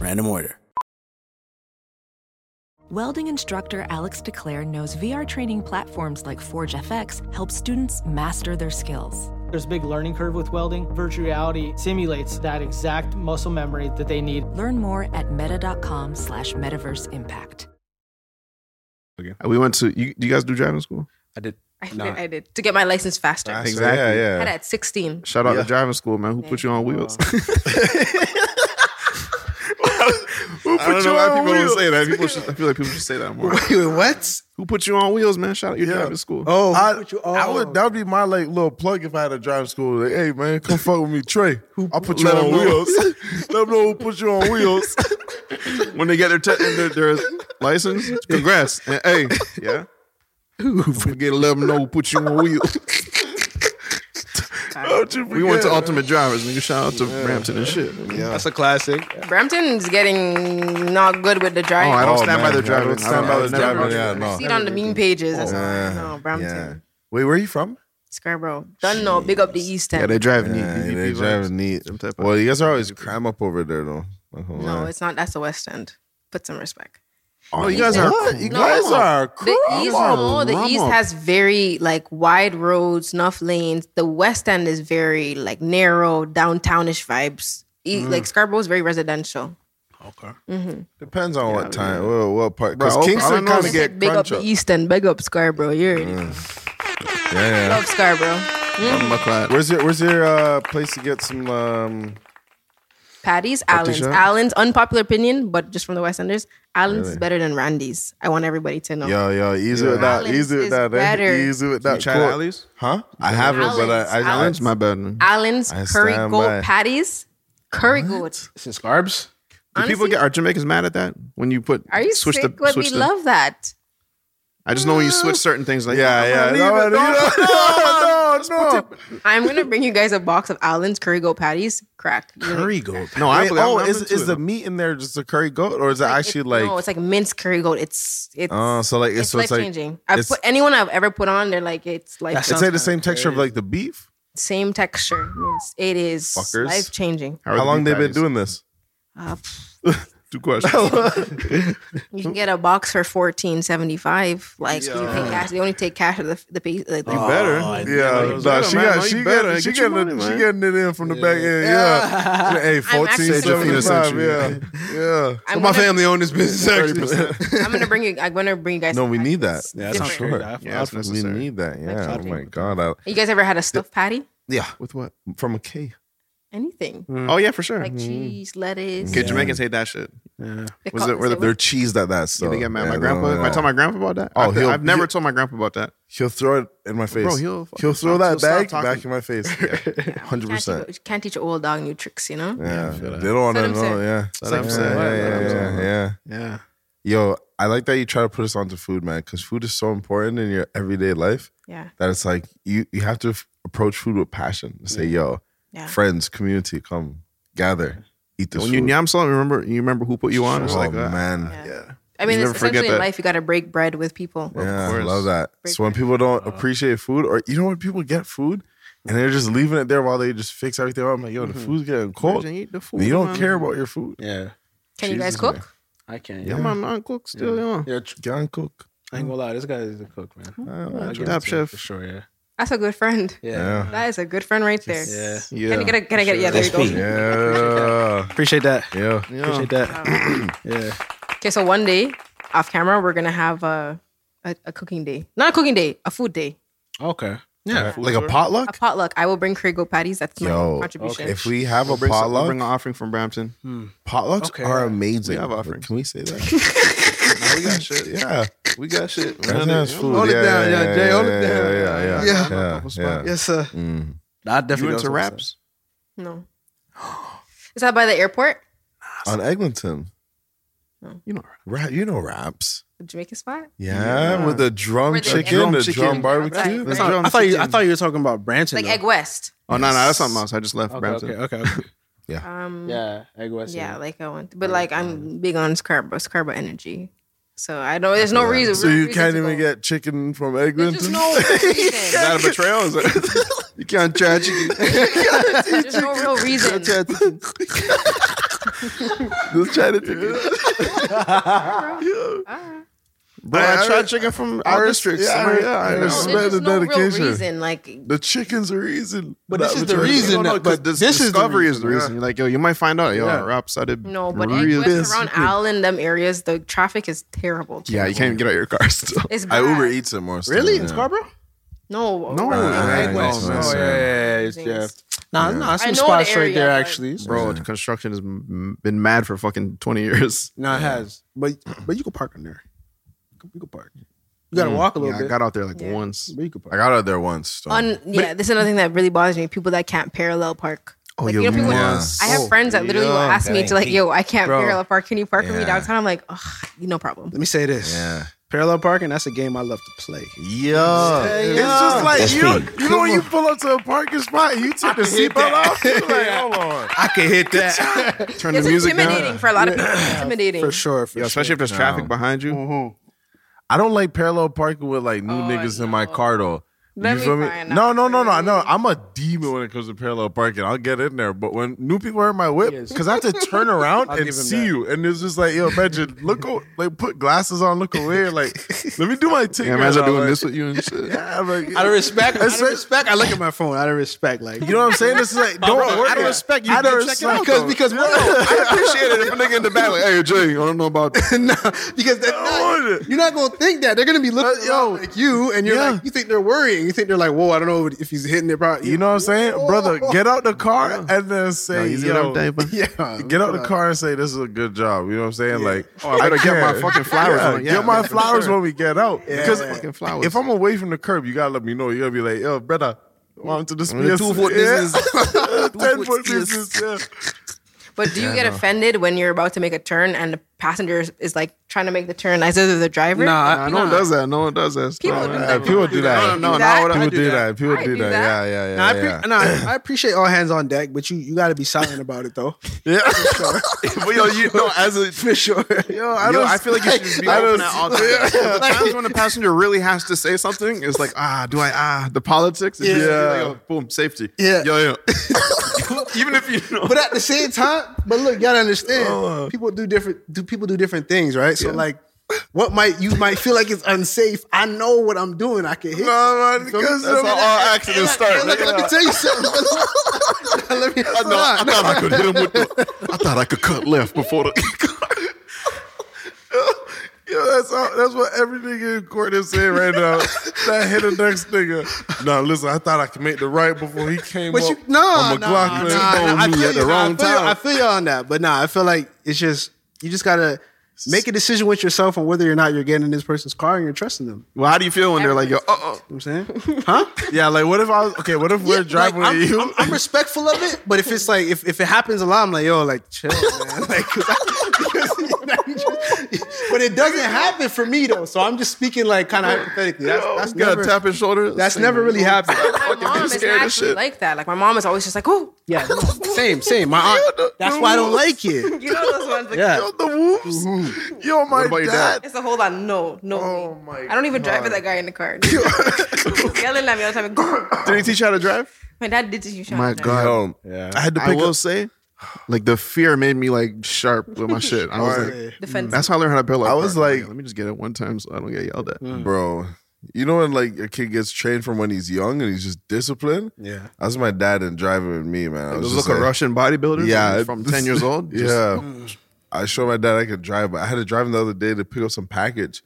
Random order. Welding instructor Alex DeClaire knows VR training platforms like ForgeFX help students master their skills. There's a big learning curve with welding. Virtual reality simulates that exact muscle memory that they need. Learn more at meta.com slash metaverse impact. We went to. You, do you guys do driving school? I did. I did, Nah. I did. To get my license faster. Actually, Exactly. Yeah, I had yeah. at 16. Shout out Yeah. to driving school, man. Who put you on wheels? Who I don't know why people don't say that. People should, I feel like people should say that more. Wait, wait, what? Who put you on wheels, man? Shout out your driving school. Oh, I, who put you- I would. That would be my like little plug if I had a driving school. Like, hey man, come fuck with me, Trey. I'll put you let on him know. wheels. let them know who put you on wheels. When they get their, te- their, their license, congrats. And, hey, yeah. Forget to let them know who put you on wheels. Don't you We went to forget. Ultimate Drivers, nigga. Shout out to Brampton and shit. Yeah. That's a classic. Brampton's getting not good with the Oh, driving. I don't Oh, stand by man. the I driving. don't stand by the never- driving. Yeah, I no. see it on the mean pages. That's all. Yeah. No, Brampton. Wait, where are you from? Scarborough. Dunno, big up the East Yeah, End. they E drive neat. Yeah, BBP they vibes. driving neat. Them type of- Well, you guys are always cram up over there though. Not gonna no, lie. it's not. That's the West End. Put some respect. Oh, you guys are. What? You No, guys come on. are. Cr- The east, on, no, the come east on. has very like wide roads, enough lanes. The west end is very like narrow, downtownish vibes. E- Like Scarborough is very residential. Depends on what time, what, what part. Bro, Because I don't Kingston know. kind of Just get big up crunch the E- up. east end, big up Scarborough. You already know. Yeah, love Scarborough. I'm a yeah. clad. Where's your Where's your uh, place to get some? Um, Patty's, Allen's, Patricia? Allen's. Unpopular opinion, but just from the west enders, Allen's is better than Randy's. I want everybody to know. yo, yo, easy with that. Allen's Easy is with that. eh? better. Easy with that. You tried Cool. Allen's? Huh? I haven't, but I. I, I Allen's. It's my bad. man. Allen's I curry stand gold by. patties, curry gold. It's in Scarbs. Do people Honestly- get are Jamaicans mad at that when you put? Are you switch sick? The, What we switch the- love that. I just know when you switch certain things. Like yeah, yeah. I'm No, gonna leave no, it, dog. no, no, no. I'm gonna bring you guys a box of Allen's curry goat patties. Crack. You're gonna- Curry goat. No, I Wait, forgot. oh, I'm is into is it. the meat in there just a curry goat, or is it Like, actually it- like? no? It's like minced curry goat. It's it's Oh, so like it's, it's, so life it's like changing. I've it's- put anyone I've ever put on. They're like it's like That It's Sounds like the same kinda texture of crazy. like the beef. same texture. It's, it is Fuckers. life changing. are How the long beef they been patties? doing this? Uh, pff, Two questions. you can get a box for fourteen seventy five. Like you pay cash. They only take cash of the the piece. Like, the- Better, yeah. was Nah, better, she man. got, No, you she better. got, she Get your getting, it- money, she man. getting it in from the back end. Yeah, hey, fourteen actually- seventy five. Century. Yeah, yeah. I'm gonna- owned this business. Thirty percent. I'm gonna bring you. I'm gonna bring you guys. No, some we need that. patties. Yeah, that sounds Sure. great. I- Yeah, that's I- We necessary. need that. Yeah. Oh changing. my god. I, You guys ever had a stuffed patty? yeah. With what? From a K. Anything Mm. Oh yeah, for sure. like cheese, lettuce. Okay, Jamaicans hate that shit. they was call- it where they- the- Their cheese that that So, stuff. they get mad. Yeah, my no, grandpa. no, If I no. tell my grandpa about that, Oh, I've, he'll- I've never he'll- told my grandpa about that. He'll throw it in my face. he'll fucking he'll stop- throw that he'll stop bag talking. back in my face. Hundred can't percent. teach, a- can't teach an old dog new tricks, you know? Yeah, they don't want Let to him know. sit. Yeah, Let him yeah, sit. yeah, Let him yeah, sit. yeah, yeah. Yeah. Yo, I like that you try to put us onto food, man, because food is so important in your everyday life. Yeah. That it's like you you have to f- approach food with passion. Say, yo, Yeah. friends, community, come gather, eat this. When you food. yam salam, remember you remember who put you on? It's Oh, like ah, man. yeah. I mean, You it's never forget essentially in that. life you got to break bread with people. Yeah, I course. Uh-huh. love that. Break so when people don't appreciate food, or you know when people get food and they're just leaving it there while they just fix everything up, I'm like, yo, Mm-hmm. the food's getting cold. Virgin, eat the And you food, don't man. care about your food. Yeah. Can you guys Jesus, cook? man. I can. Yeah, my mom cooks still, yeah. Yeah, Get on cook. I ain't gonna lie, this guy is a cook, man. yeah. I give it Top to him chef. for sure. Yeah. That's a good friend. Yeah. That is a good friend right there. Yeah. Can I get a, can I get yeah, there you go. That's me. Yeah. Appreciate that. Yeah. Appreciate that. yeah. Okay, so one day off camera we're gonna have a, a a cooking day. Not a cooking day, a food day. Okay. Yeah. Like a A potluck? potluck. I will bring Krigo patties. That's my Yo, contribution. If we have a We'll bring, some, we'll potluck, bring an offering from Brampton. potlucks Okay. are amazing. We have offerings. Can we say that? we got shit. yeah. We got shit. Residence food. Hold yeah, it down, yeah, Jay. Hold it down. Yeah, yeah, yeah. Yeah. yeah, yeah. Yes, sir. Mm. I definitely You know into what's up. raps? no. Is that by the airport? On Eglinton. Oh. You know, rap. Right, you know raps. The Jamaican spot? Yeah, with the drum Where they- chicken, Drum the chicken. drum barbecue. Right. That's drum I thought you, I chicken. thought you were talking about Branson. Like though. Egg West. Oh no, no, that's something else. I just left Okay, Brampton. okay, okay, okay. Um yeah, yeah, egg west. like I want. But like I'm big on Scarba, Scarba energy. So I don't there's no reason. So real you reason can't to even go. get chicken from There's just Eglinton? no Is reason. that a betrayal? Is that- you can't charge you. There's no real reason. Just try to take it. Bro, I, tried chicken from our district. Yeah, somewhere. yeah, You I know? understand. There's the just no real dedication. reason. Like The chicken's the reason. But this Not is the betrayal. reason. No, no, that- 'cause but dis- this is the discovery is the reason, reason. yeah. You're like, yo, you might find out. Yo, Yeah. rap started. No, but really- Egg West around Yes. Island, them areas, the traffic is terrible. Yeah, you can't even get out of your car still. It's I bad. Uber Eats it more. still, Really yeah. in Scarborough? No, No, Uber Uh, Eats. Egg West. Oh, Nice, Uh, yeah, yeah, yeah, yeah, yeah. Nah, nah, I some know the spots right there area, but- actually. Bro, the construction has m- been mad for fucking 20 years. No, it has. But but you can park in there. You can- You can park. You Mm. gotta walk a little Yeah, I bit. got out there like Yeah. once. but you can I park. got out there once. though. On yeah, this is another thing that really bothers me. People that can't parallel park. Oh, Like, yo, you know, people yeah. I have Oh, friends that literally will yeah, ask me that to like, ain't yo, I can't Bro. parallel park. Can you park for me Yeah. downtown? I'm like, ugh, no problem. Let me say this. Yeah. Parallel parking, that's a game I love to play. Yeah. It's just like That's you know, deep. you know when you pull up to a parking spot, you take the seatbelt off. You're like, hold on. I can hit that. Turn It's the music intimidating down. for a lot of people. It's intimidating. for sure. For Yo, especially if there's traffic behind you. I don't like parallel parking with like new Oh, niggas in my no. car though. Let you me feel me? find No, out. no, no, no, no. I'm a demon when it comes to parallel parking. I'll get in there, but when new people are in my whip, Yes. because I have to turn around I'll and give him see that. you, and it's just like, yo, imagine, look, o- like, put glasses on, look away, like, let me do my ticket. Yeah, imagine I'm doing like- this with you and shit. Yeah, I'm like, Out of respect, out of Especially- respect, I look at my phone. Out of respect, like You know what I'm saying? This is like, don't worry. out of respect, you Out of better check it out respect, because though. because I appreciate it if a nigga in the back like, hey, Jay, I don't know about that. no, because they're don't want not, it. you're not gonna think that they're gonna be looking Uh, yo, around like you, and you're yeah. like you think they're worrying. You think they're like, whoa, I don't know if he's hitting it. Probably, You know what I'm saying, brother? Get out the car and then No, say, you see what yo, I'm saying, bro? yeah, get out the car and say this is a good job. You know what I'm saying? Like, Oh, I better get my care. fucking flowers Yeah, on. Yeah, get my for flowers sure. when we get out. Because Fucking flowers. if I'm away from the curb, you gotta let me know. You gotta be like, yo, brother, want to this the two-foot business. ten foot Two-foot business. Yeah. But do you get offended when you're about to make a turn and the passenger is- is like trying to make the turn as either the driver? Nah, no one does that. No one does that. People No, do no, Yeah, that. people do that. No, no, do no. I that? would- I People would do do that. that. People I do do that. Yeah, that. yeah, Nah, yeah. I, appre- yeah. nah, I appreciate all hands on deck, but you you got to be silent about it though. Yeah. but yo, you know, as a For sure. yo, I Yo, don't. I feel like you should just be I open don't- at all times. The times when the passenger really has to say something, it's like, ah, do I, ah, the politics? It's just like, Yeah. oh, boom, safety. Yeah. Yo, yo. Even if you know. But at the same time, but look, you gotta understand, people do different. Do people do different things, right? So like, what might you might feel like it's unsafe? I know what I'm doing. I can hit. No, man, because That's that's how how all all accidents start. Let, let me tell you something. let me. I, know, I thought I could hit him with the. I thought I could cut left before the. Yo, that's all, that's what every nigga in court is saying right now. that hit the next nigga. No, listen, I thought I could make the right before he came But up. you no, on no, McLaughlin no, no, told I me feel at you, the no, wrong I feel, you- time. I feel you on that, but nah, I feel like it's just you just gotta Make a decision with yourself on whether or not you're getting in this person's car and you're trusting them. Well, how do you feel when they're like, yo, uh uh You know what I'm saying? Huh? Yeah, like what if I was okay, what if we're Yeah, driving like, I'm, with you? I'm, I'm respectful of it, but if it's like if, if it happens a lot, I'm like, yo, like chill, man. Like, 'cause I- because, you know, you just- but it doesn't happen for me though. So I'm just speaking like kind of hypothetically. That's, that's you never gotta tap his shoulder. that's never really happened. My mom is scared of actually shit. like that. Like my mom is always just like, oh, Yeah, same, same. My aunt. That's why I don't like it. you know those ones. Like, Yeah. the whoops. Yo, my What about your dad. dad? It's a whole lot. No, no. Oh me. my I don't even drive with that guy in the car. Yelling at me all the time. Did he teach you how to drive? my dad did this. You shot My at me. God. Yo, I had to I pick will up. say, like the fear made me like sharp with my shit. I was like, Defensive. that's how I Mm. learned how to bail out. I was Alright, like- let me just get it one time so I don't get yelled at. Bro, you know when like a kid gets trained from when he's young and he's just disciplined? Yeah. That's my dad and driving with me, man. I It was was just like a like- Russian bodybuilder. Yeah. from ten years old. Yeah. Just- Mm. I showed my dad I could drive, but I had to drive him the other day to pick up some package.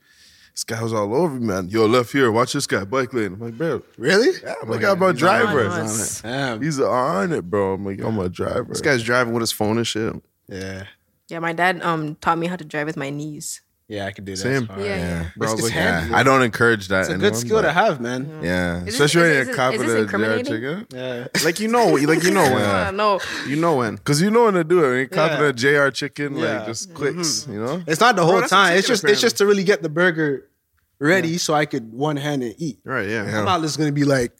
This guy was all over me, man. Yo, left here. Watch this guy, bike lane. I'm like, bro. Really? Yeah, I'm like, I'm a driver. Nice. Damn. He's on it, bro. I'm like, I'm a driver. This guy's driving with his phone and shit. Yeah. Yeah, my dad um taught me how to drive with my knees. Yeah, I could do that. Same. It's fine. Yeah, yeah. Bro, I was It's like, handy. Yeah, I don't encourage that. It's a anyone, good skill but- to have, Mm-hmm. man. Yeah, this- especially when is you're this- a cop is with this a JR incriminating? chicken. Yeah. like you know, like you know Uh, no, when, you know when. Cause you know when to do it. When you're copping Yeah. a JR chicken, Yeah. like just clicks, you know. It's not the Bro, whole that's a time. It's chicken, just it's just to really get the burger ready so I could one hand and eat. Right, yeah. I'm not just gonna be like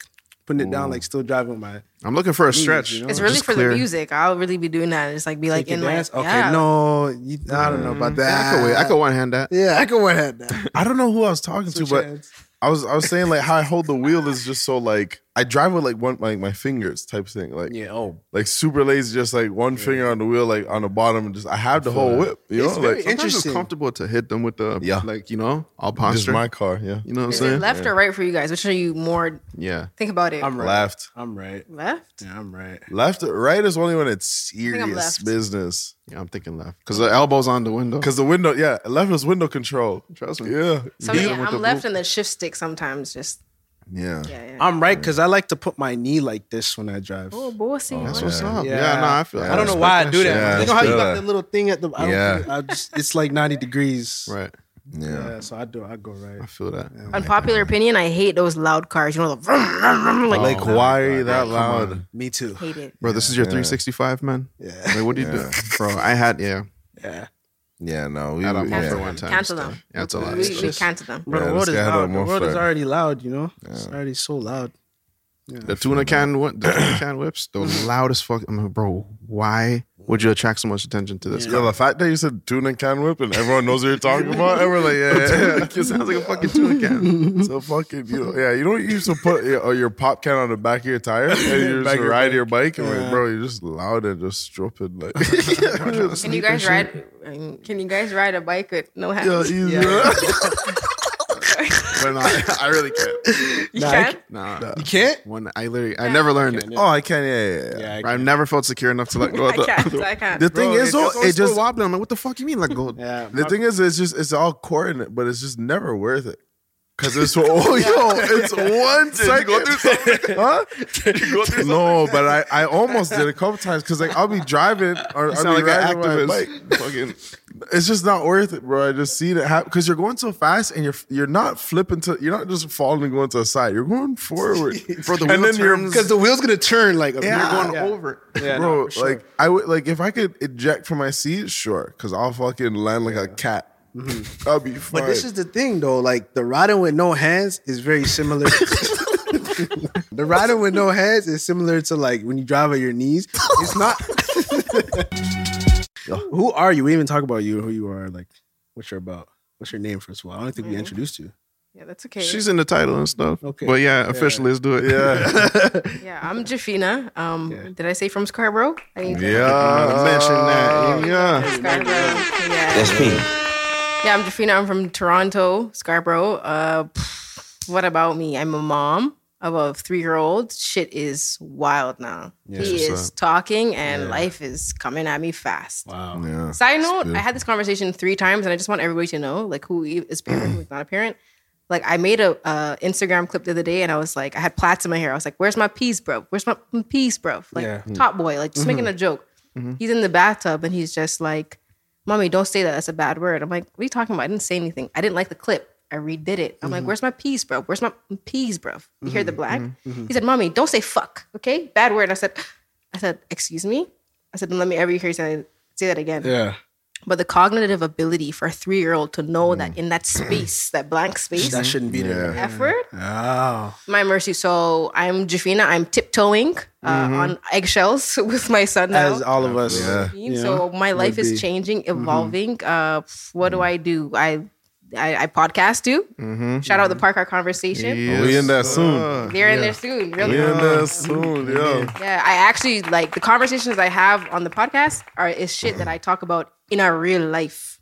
putting it down, like still driving my. I'm looking for a stretch. you know? it's really Just for clear. the music. I'll really be doing that. It's like be like Take in a my dance? Okay, yeah. no, you, I don't know about Mm. I that. could wait. I could one hand that. Yeah, I could one hand that. I don't know who I was talking to, but chance. I was I was saying like how I hold the wheel is just so like I drive with like one like my fingers type thing like yeah. Oh, like super lazy just like one finger on the wheel like on the bottom and just I have the whole whip you It's know very like interesting. Sometimes it's comfortable to hit them with the Yeah. like you know, all just posture. my car yeah you know what I'm Is it saying? left or right for you guys? Which are you more? Yeah. Think about it. I'm right. left I'm right. left. Yeah, I'm right. left right is only when it's I'm serious left. business Yeah, I'm thinking left because the elbow's on the window. because the window yeah left is window control Trust me. yeah So Dealing yeah, with the I'm left move. and the shift stick sometimes. Just yeah yeah, yeah. I'm right because I like to put my knee like this when I drive. oh, boy, see, That's what? what's Yeah. up. Yeah, Yeah. no, I feel. I don't know why I do that. Yeah, you know how you got yeah. that little thing at the. I don't Yeah. think- I just, it's like 90 degrees. Right. yeah Yeah, so I do. I go right. I feel that. Unpopular opinion, I hate those loud cars. You know, the vroom, vroom, vroom, like, Oh, like why are you that loud Oh. Me too. hate it. Bro, this is your 365, man. Yeah. Like, what do you do, bro? I had yeah. Yeah. yeah no we Had a yeah. for one time. Cancel them. Yeah, it's a lot. We, of stuff. we cancel them. Yeah, Bro, the this world is guy had a loud. The world is muffler. already loud, you know? It's already so loud. The tuna can whi- the tuna can whips, the Mm-hmm. loudest fuck. I'm like, bro, why would you attract so much attention to this? Yo, guy? the fact that you said tuna can whip and everyone knows what you're talking about, and we're like, yeah, yeah, yeah. it sounds like a fucking tuna can. So fucking, you know, yeah, you don't used to put your, uh, your pop can on the back of your tire and you just your ride your bike, and we're like, bro, you're just loud and just stupid. Like, yeah, Can you guys ride? Can you guys ride a bike with no hands? easy. Yeah. but no, I, I really can't. you Nah, I can. Nah, You can't? when I literally, I never learned it. Oh, I can, yeah, yeah. yeah. Yeah, I I've never felt secure enough to let go. Of I the, can't. I can't. The thing is, though, it just wobbling. I'm like, what the fuck you mean let go? Yeah. the thing is, it's just it's all coordinate, but it's just never worth it. Cause it's oh yo, it's one second. huh? no, but I, I almost did a couple times because like I'll be driving or I'll be sound like an riding my activist. bike. Fucking, it's just not worth it, bro. I just seen it happen because you're going so fast and you're you're not flipping to you're not just falling and going to the side. You're going forward, Bro, the and wheel then you're turns. Because the wheel's going to turn like a Yeah. You're going Yeah. over. Yeah, no, bro. for sure. Like I would like if I could eject from my seat, sure, because I'll fucking land like a cat. I'll be fine. Mm-hmm. But this is the thing, though. Like, the riding with no hands is very similar. the riding with no hands is similar to like when you drive on your knees. It's not. who are you? We didn't even talk about you, who you are, like, what you're about. What's your name, first of all? I don't think we introduced you. yeah, that's okay. She's in the title and stuff. Okay. Okay. But yeah, officially, let's do it. yeah, yeah, I'm Jafina. Um, did I say from Scarborough? I need to- yeah. Oh, Mention that. Yeah. Scarborough. Yeah. That's me. Yeah, I'm Jafina. I'm from Toronto, Scarborough. Uh, pff, what about me? I'm a mom of a three year old. Shit is wild now. he is talking and life is coming at me fast. Wow. Yeah. Side note, I had this conversation three times and I just want everybody to know like who is parent, who's not a parent. Like I made a uh, Instagram clip the other day and I was like, I had plaits in my hair. I was like, where's my piece, bro? Where's my piece, bro? Like Yeah. top boy, like just making a joke. He's in the bathtub and he's just like, mommy, don't say that. That's a bad word. I'm like, what are you talking about? I didn't say anything. I didn't like the clip. I redid it. I'm like, Mhm. where's my peas, bro? Where's my peas, bro? You hear the Mhm, black? mhm, mhm. He said, mommy, don't say fuck. Okay, bad word. I said, I said, excuse me. I said, don't let me ever hear you say say that again. Yeah. But the cognitive ability for a three year old to know Mm. that in that space, that blank space, That shouldn't be there. F word? Oh. My mercy. So I'm Jafina. I'm tiptoeing uh, Mm-hmm. Mhm. on eggshells with my son now. uh, As all of us. Yeah. mean? So my life is changing, Mm-hmm. evolving. Uh, pff, what do I do? I I, I podcast too. Mm. Mm-hmm. Shout out the Park Our Conversation. We in there soon. They're in there soon. Really. We in there soon, yo. Yeah, I actually like the conversations I have on the podcast are is shit that I talk about in our real life.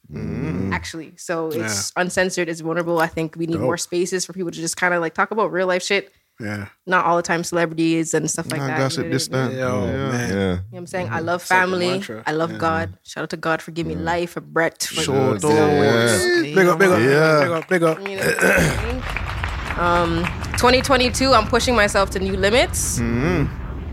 Actually, so it's uncensored, it's vulnerable. I think we need Mm. Dope. more spaces for people to just kind of like talk about real life shit, Yeah. not all the time celebrities and stuff Oh, like Nah, that. gossip, this, that. You Yo, know man. Yeah. what I'm saying? I love Mm-hmm. like the family. mantra. I love Yeah. God. Shout out to God for giving me life, for Brett, for Sure, for- yeah. Big up, big up, Yeah. big up, big up. You know what I'm saying? um, 2022, I'm pushing myself to new limits. Mhm.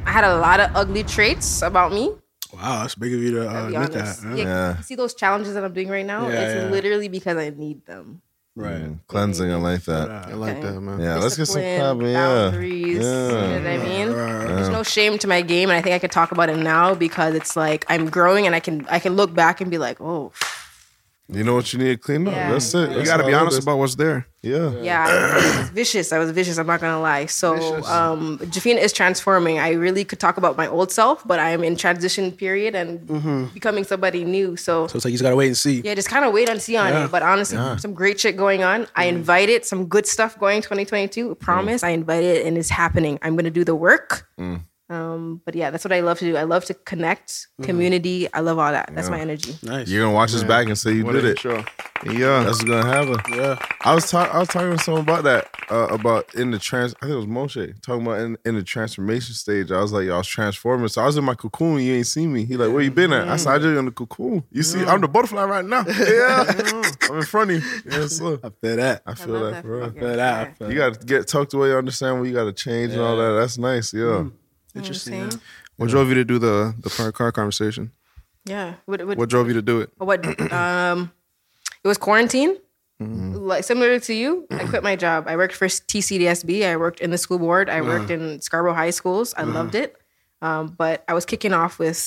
I had a lot of ugly traits about me. Wow, that's big of you to uh, I'll be admit that. honest. huh? Yeah, You see those challenges that I'm doing right now? Yeah, it's yeah. literally because I need them. Right. Cleansing, I like that. I like that, man. Yeah, let's get some Discipline, clapping. Yeah. boundaries. You know what I Yeah. mean? Yeah. There's no shame to my game, and I think I can talk about it now because it's like I'm growing, and I can I can look back and be like, oh You know what you need to clean up. Yeah. That's it. You That's gotta be all it honest is. about what's there. Yeah. yeah, I was vicious. I was vicious. I'm not gonna lie. So, um, Jafina is transforming. I really could talk about my old self, but I am in transition period and Mm-hmm. Mhm. becoming somebody new. So, So it's like you just gotta wait and see. yeah, just kind of wait and see on Yeah. it. But honestly, Yeah. some great shit going on. I Mm. invite it. Some good stuff going 2022. Promise. I invite it, and it's happening. I'm gonna do the work. Mm. Um, but yeah, that's what I love to do. I love to connect, Mhm. community. I love all that. That's Yeah. my energy. Nice. You're gonna watch this Yeah. back and say you What did an it. intro. Yeah, that's what's gonna happen. Yeah, I was talking. I was talking to someone about that. Uh, about in the trans. I think it was Moshe talking about in, in the transformation stage. I was like, y'all was transforming. So I was in my cocoon. You ain't seen me. He like, where you been at? I said, I just in the cocoon. You see, I'm the butterfly right now. Yeah, I'm in front of you. Yes, sir. I feel that. I feel that for real. I feel that. I feel You gotta get tucked away. Understand where you gotta change and all Yeah. that. That's nice. Yeah. Mm. Interesting. What drove you to do the the park car conversation? Yeah. What, What drove you to do it? What? Um, it was quarantine. Mm-hmm. Like similar to you, I quit my job. I worked for TCDSB. I worked in the school board. I worked Uh-huh. in Scarborough High Schools. I Uh-huh. loved it, um, but I was kicking off with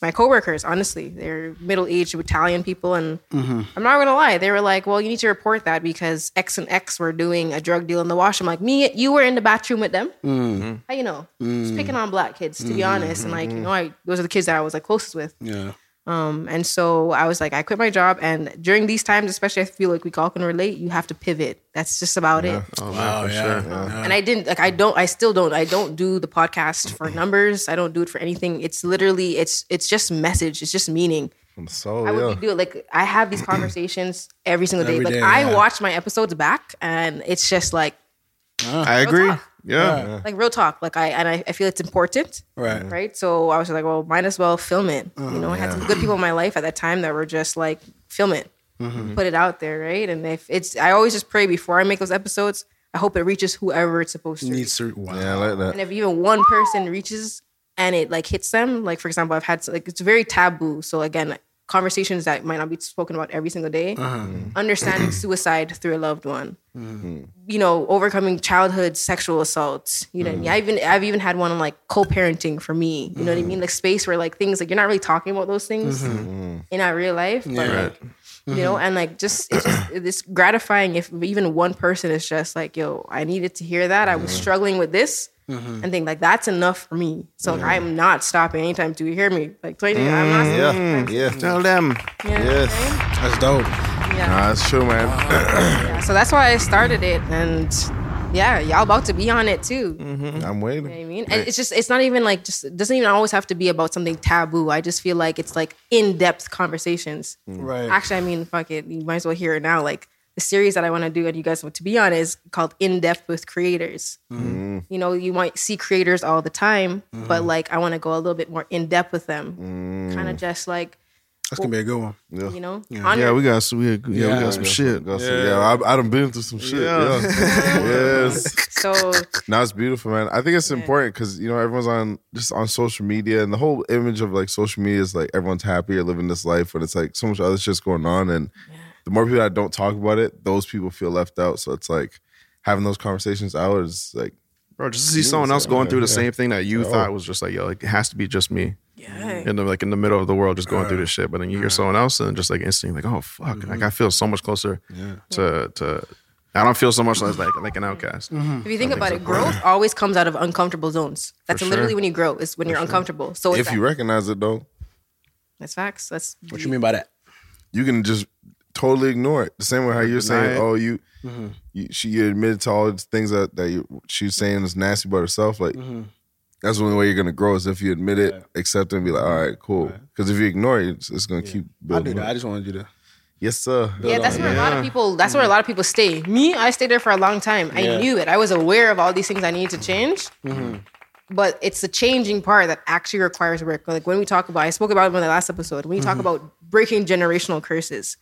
my coworkers. Honestly, they're middle-aged Italian people, and Mhm. I'm not gonna lie. They were like, "Well, you need to report that because X and X were doing a drug deal in the wash." I'm like, "Me, you were in the bathroom with them. Mm. How you know?" Just Mm. picking on black kids, to be Mhm. honest, and like you know, I those are the kids that I was like closest with. Yeah. Um, and so I was like, I quit my job. And during these times, especially, I feel like we all can relate. You have to pivot. That's just about it. Oh, Wow, man, for yeah. sure. Yeah. And I didn't like. I don't. I still don't. I don't do the podcast for numbers. I don't do it for anything. It's literally. It's it's just message. It's just meaning. I'm so I would yeah. be do it like I have these conversations every single day. Every like day, I yeah. watch my episodes back, and it's just like I agree. talk. Yeah. like real talk. Like I and I, I feel it's important Right. right? So I was like, well, might as well film it. you know, I had some good people in my life at that time that were just like, film it, put it out there, right? And if it's, I always just pray before I make those episodes. I hope it reaches whoever it's supposed to. Needs to. Wow. Yeah, I like that. And if even one person reaches and it like hits them, like for example, I've had like it's very taboo. So again, conversations that might not be spoken about every single day. Understanding suicide through a loved one. You know, overcoming childhood sexual assault. You know, what I mean? I even I've even had one on like co-parenting for me. You know what I mean? Like space where like things like you're not really talking about those things in our real life, but Yeah. like, you know, and like just it's just it's gratifying if even one person is just like, yo, I needed to hear that. I was struggling with this and think like that's enough for me. So like, I'm not stopping anytime. Do you hear me? Like 20, I'm not stopping. Mm, Yeah. Yeah. Tell them. You know what I'm Yes. saying? That's dope. Yeah. Nah, that's true, man. yeah. So that's why I started it, and yeah, y'all about to be on it too. I'm You know waiting. what I mean? And it's just, it's not even like, just it doesn't even always have to be about something taboo. I just feel like it's like in depth conversations. Mm. Right. Actually, I mean, fuck it. You might as well hear it now. Like the series that I want to do, and you guys want to be on, is called In Depth with Creators. Mm. Mm-hmm. You know, you might see creators all the time, but like I want to go a little bit more in depth with them. Mm. Kind of just like, That's gonna be a good one. Yeah. You know, yeah, honor- we got some. We, yeah, we got some shit. got yeah, some- I, I done been through some shit. Yeah. Yeah. yes. So Now it's beautiful, man. I think it's important because you know everyone's on just on social media, and the whole image of like social media is like everyone's happy or living this life, but it's like so much other shit's going on, and the more people that don't talk about it, those people feel left out. So it's like having those conversations out is like, Bro, just to see someone else going through the same thing that you Oh. thought was just like, yo, like, it has to be just me. Yeah. In the like in the middle of the world, just going through this shit. But then you hear someone else and just like instantly like, oh fuck. Mm-hmm. Like I feel so much closer to to I don't feel so much less like like an outcast. Mm-hmm. if you think about it, growth always comes out of uncomfortable zones. That's sure. literally when you grow. Is when you're uncomfortable. So it's if you that- recognize it though, that's facts. That's What you mean by that? You can just totally ignore it. The same way how you're saying, it. oh, you, Mhm. you she you admitted to all the things that that you, she's saying is nasty about herself. Like Mhm. that's the only way you're gonna grow is if you admit it, accept it, and be like, all right, cool. Because if you ignore it, it's, it's gonna keep. I building do that. up. I just wanted you to. yes, sir. Yeah, that's where a lot of people. That's where a lot of people stay. Me, I stayed there for a long time. I Yeah. knew it. I was aware of all these things I needed to change. but it's the changing part that actually requires work. Like when we talk about, I spoke about it in the last episode. When you talk Mhm. about breaking generational curses,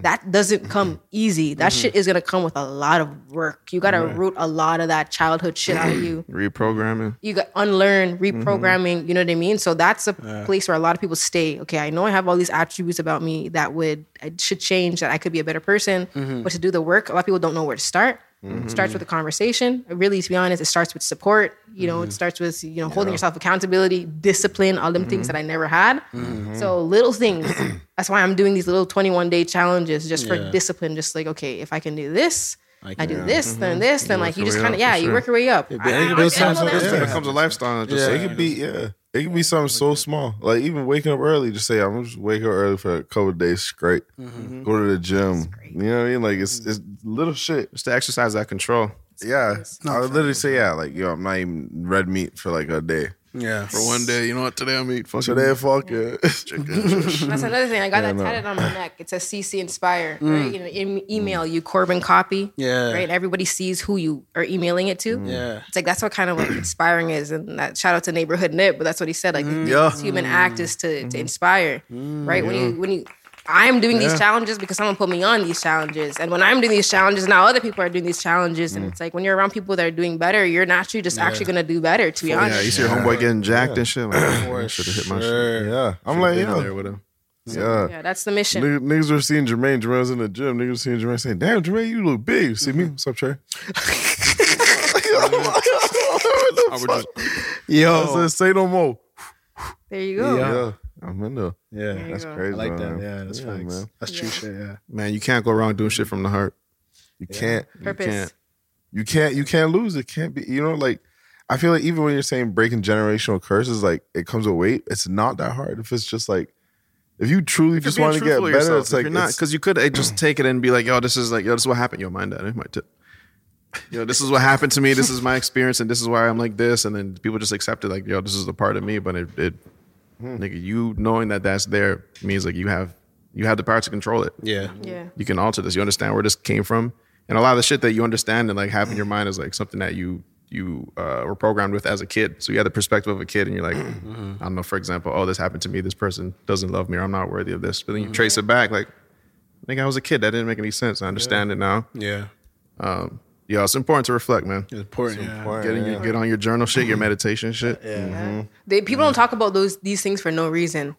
that doesn't come easy. That Mhm. shit is gonna come with a lot of work. You gotta Right. root a lot of that childhood shit out of you. Reprogramming. You got unlearn, reprogramming. You know what I mean? So that's a Yeah. place where a lot of people stay. Okay, I know I have all these attributes about me that would I should change. That I could be a better person. Mm-hmm. Mhm. But to do the work, a lot of people don't know where to start. It Mhm. starts with a conversation. Really, to be honest, it starts with support. You Mm-hmm. know, it starts with you know holding Yeah. yourself accountability, discipline, all them things Mhm. Mm-hmm. that I never had. Mhm. So little things. that's why I'm doing these little 21 day challenges just for Yeah. discipline. Just like okay, if I can do this. I, can- do Yeah. this, then Mhm. this, then You like work you your just way kind up, of yeah, for you sure. work your way up. I- I- I know that. It becomes a lifestyle. it's just yeah, like- it could be yeah. It could be something so small. Like even waking up early, just say I'm just waking up early for a couple of days straight. Mm-hmm. Go to the gym. You know what I mean? Like it's it's little shit. It's to exercise that control. Yeah. I would literally say, yeah, like yo, I'm not even red meat for like a day. Yeah. For one day, you know what? Today I'm eat fucking Today fuck it. That's another thing. I got Yeah, that no. tatted on my neck. It says CC Inspire. Mm. Right? You know, em- email you Corbin copy. Yeah. Mm. Right. Everybody sees who you are emailing it to. Yeah. It's like that's what kind of like inspiring is, and that shout out to neighborhood nip. But that's what he said. Like Mm. the Yeah. biggest human act is to to inspire. right. When Yeah. you when you. I'm doing Yeah. these challenges because someone put me on these challenges. And when I'm doing these challenges, now other people are doing these challenges. And it's like when you're around people that are doing better, you're naturally just Yeah. actually going to do better, to be honest. Yeah, you see your homeboy getting jacked and shit. Like, should have hit my shit. Yeah. I'm Should've like, been yeah. there with him. Yeah. Yeah, that's the mission. Niggas, niggas were seeing Jermaine. Jermaine was in the gym. Niggas were seeing Jermaine saying, Damn, Jermaine, you look big. You see me? Mm-hmm. What's up, Trey? Yo. I said, Say no more. There you go. Yeah. I'm in there. Yeah. There you That's go. crazy. I like that. man. Yeah, that's facts. man. That's true shit. Yeah. Man, you can't go wrong doing shit from the heart. You can't. Purpose. You can't. You can't. You can't lose. It can't be. You know, like I feel like even when you're saying breaking generational curses, like it comes with weight. It's not that hard if it's just like if you truly If just you're want to being get truthful better. with yourself, it's if like you're not it's- because you could eh, just take it and be like, yo, this is like, yo, this is what happened. Yo, mind that. Here's my tip. Yo, this is what happened to me. This is my experience, and this is why I'm like this. And then people just accept it, like, yo, this is a part of me. But it, it Hmm. nigga, you knowing that that's there means like you have you have the power to control it. Yeah. Yeah. You can alter this. You understand where this came from, and a lot of the shit that you understand and like have in your mind is like something that you you uh, were programmed with as a kid. So you had the perspective of a kid, and you're like, I don't know, for example, oh, this happened to me. This person doesn't love me, or I'm not worthy of this. But then you trace it back, like, I think I was a kid. That didn't make any sense. I understand it now. Yeah. Um, yeah, it's important to reflect, man. It's important. yeah. Getting your, get on your journal shit, your meditation shit. Yeah. They, people don't talk about those these things for no reason.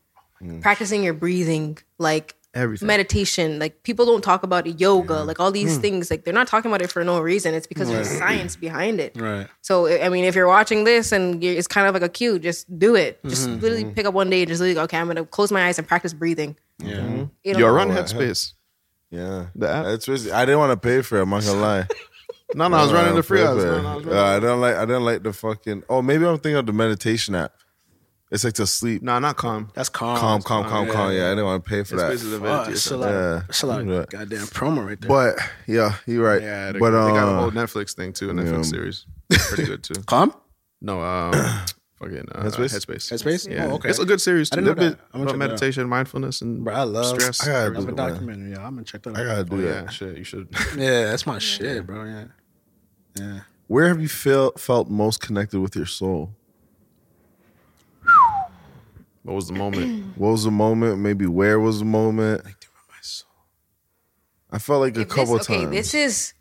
Practicing your breathing, like Everything. meditation, like people don't talk about it, yoga, like all these Mm. things. Like they're not talking about it for no reason. It's because there's Right. science behind it. Right. So I I mean, if you're watching this and you're, it's kind of like a cue, just do it. Just Mhm. literally Mhm. pick up one day, and just like okay, I'm gonna close my eyes and practice breathing. Yeah. It'll- You're on Oh, I- Headspace. Yeah, that's busy. I didn't want to pay for it. I'm not gonna lie. No, no, I was running the free hours. hours. No, no, I was running- Uh, I don't like. I didn't like the fucking. Oh, maybe I'm thinking of the meditation app. It's like to sleep. No, not calm. That's Calm, calm, calm, calm. Yeah, I didn't want to pay for It's that. basically the Fuck, it's a lot- Yeah. it's a lot of Yeah. goddamn promo right there. But yeah, you're right. Yeah, they, but they got a uh, whole Netflix thing too, a Netflix yeah. series. Pretty good too. Calm? No, um, fucking uh, Headspace? Headspace. Headspace. Headspace? Yeah, Oh, okay. It's a good series I too. didn't know Little that. bit I'm gonna about check that out. meditation, mindfulness, and Bro, I love stress. I gotta love do a that, man. documentary. Yeah, I'm gonna check that I out. gotta do Oh, that. yeah. Shit, you should. Yeah, that's my shit, bro. Yeah. Yeah. Where have you felt felt most connected with your soul? What was the moment? What was the moment? Maybe where was the moment? I felt like a If this- couple okay, times. this is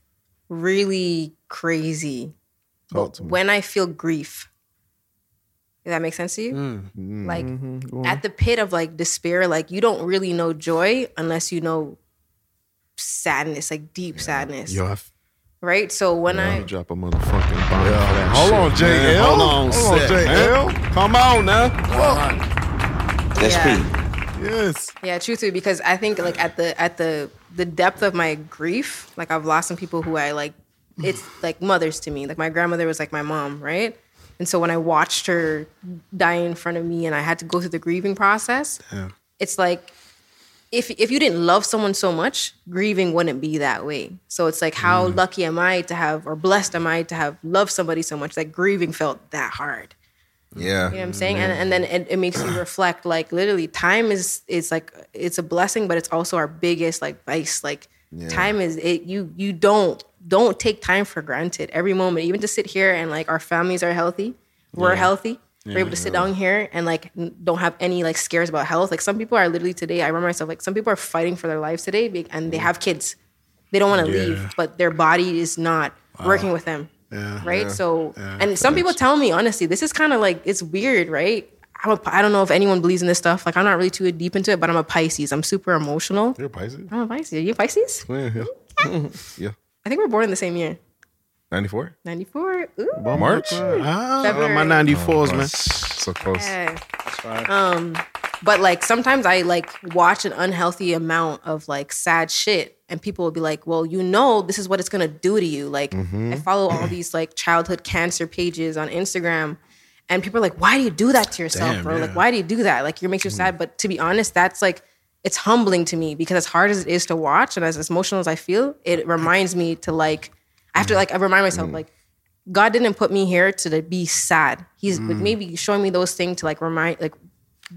really crazy. Talk But to me. when I feel grief, does that make sense to you? Mm. Mm-hmm. Like at the pit of like despair, like you don't really know joy unless you know sadness, like deep sadness, Yo, I f- right? So when I'm I gonna drop a motherfucking bomb. for that Hold shit, on, man. JL. Hold on, Hold on, sec, man. JL. Come on now. That's Yeah. me. Yes. Yeah, truthfully, because I think like at the at the the depth of my grief, like I've lost some people who I like. It's like mothers to me. Like my grandmother was like my mom, right? And so when I watched her die in front of me, and I had to go through the grieving process, it's like if if you didn't love someone so much, grieving wouldn't be that way. So it's like how lucky am I to have, or blessed am I to have loved somebody so much that grieving felt that hard. Yeah. You know what I'm saying? And, and then it, it makes you reflect like literally time is it's like it's a blessing, but it's also our biggest like vice. Like time is it you you don't don't take time for granted every moment. Even to sit here and like our families are healthy, we're healthy. We're able to sit down here and like n- don't have any like scares about health. Like some people are literally today. I remember myself like some people are fighting for their lives today, be- and they have kids. They don't want to leave, but their body is not working with them right? So, and some people tell me honestly, this is kind of like it's weird, right? I'm a, I don't know if anyone believes in this stuff. Like, I'm not really too deep into it, but I'm a Pisces. I'm super emotional. You're Pisces. I'm a Pisces. Are you Pisces? Yeah. yeah. yeah. I think we're born in the same year, 94? '94. Ooh, March? Shout out my February. 94s, man. So close. Yeah. Um, but like sometimes I like watch an unhealthy amount of like sad shit, and people will be like, "Well, you know, this is what it's gonna do to you." Like I follow all these like childhood cancer pages on Instagram, and people are like, "Why do you do that to yourself, bro? Like, why do you do that? Like, you makes you sad." But to be honest, that's like it's humbling to me because as hard as it is to watch and as emotional as I feel, it reminds me to like I have to like I remind myself like God didn't put me here to be sad. He's but maybe showing me those things to like remind, like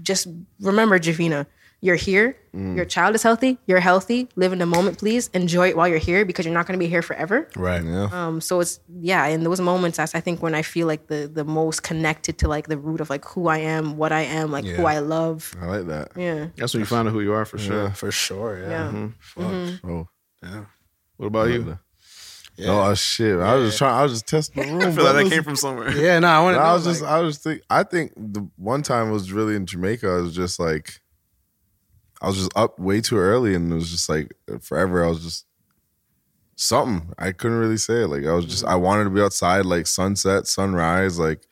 just remember, Javina, you're here. Your child is healthy. You're healthy. Live in the moment, please. Enjoy it while you're here because you're not going to be here forever. Right. Yeah. Um, so it's yeah, in those moments, that's I think when I feel like the the most connected to like the root of like who I am, what I am, like who I love. I like that. Yeah, That's when you find out who you are for sure. Yeah. For sure. Yeah. yeah. Mm-hmm. Fuck. Oh. What about you? Oh uh, shit! I was just trying. I was just testing the room. I feel like that brothers. came from somewhere. Yeah. No, I want But to. I was just, I was think, I think the one time was really in Jamaica. I was just like, I was just up way too early, and it was just like forever. I was just something I couldn't really say. it. Like I was just, I wanted to be outside, like sunset, sunrise. Like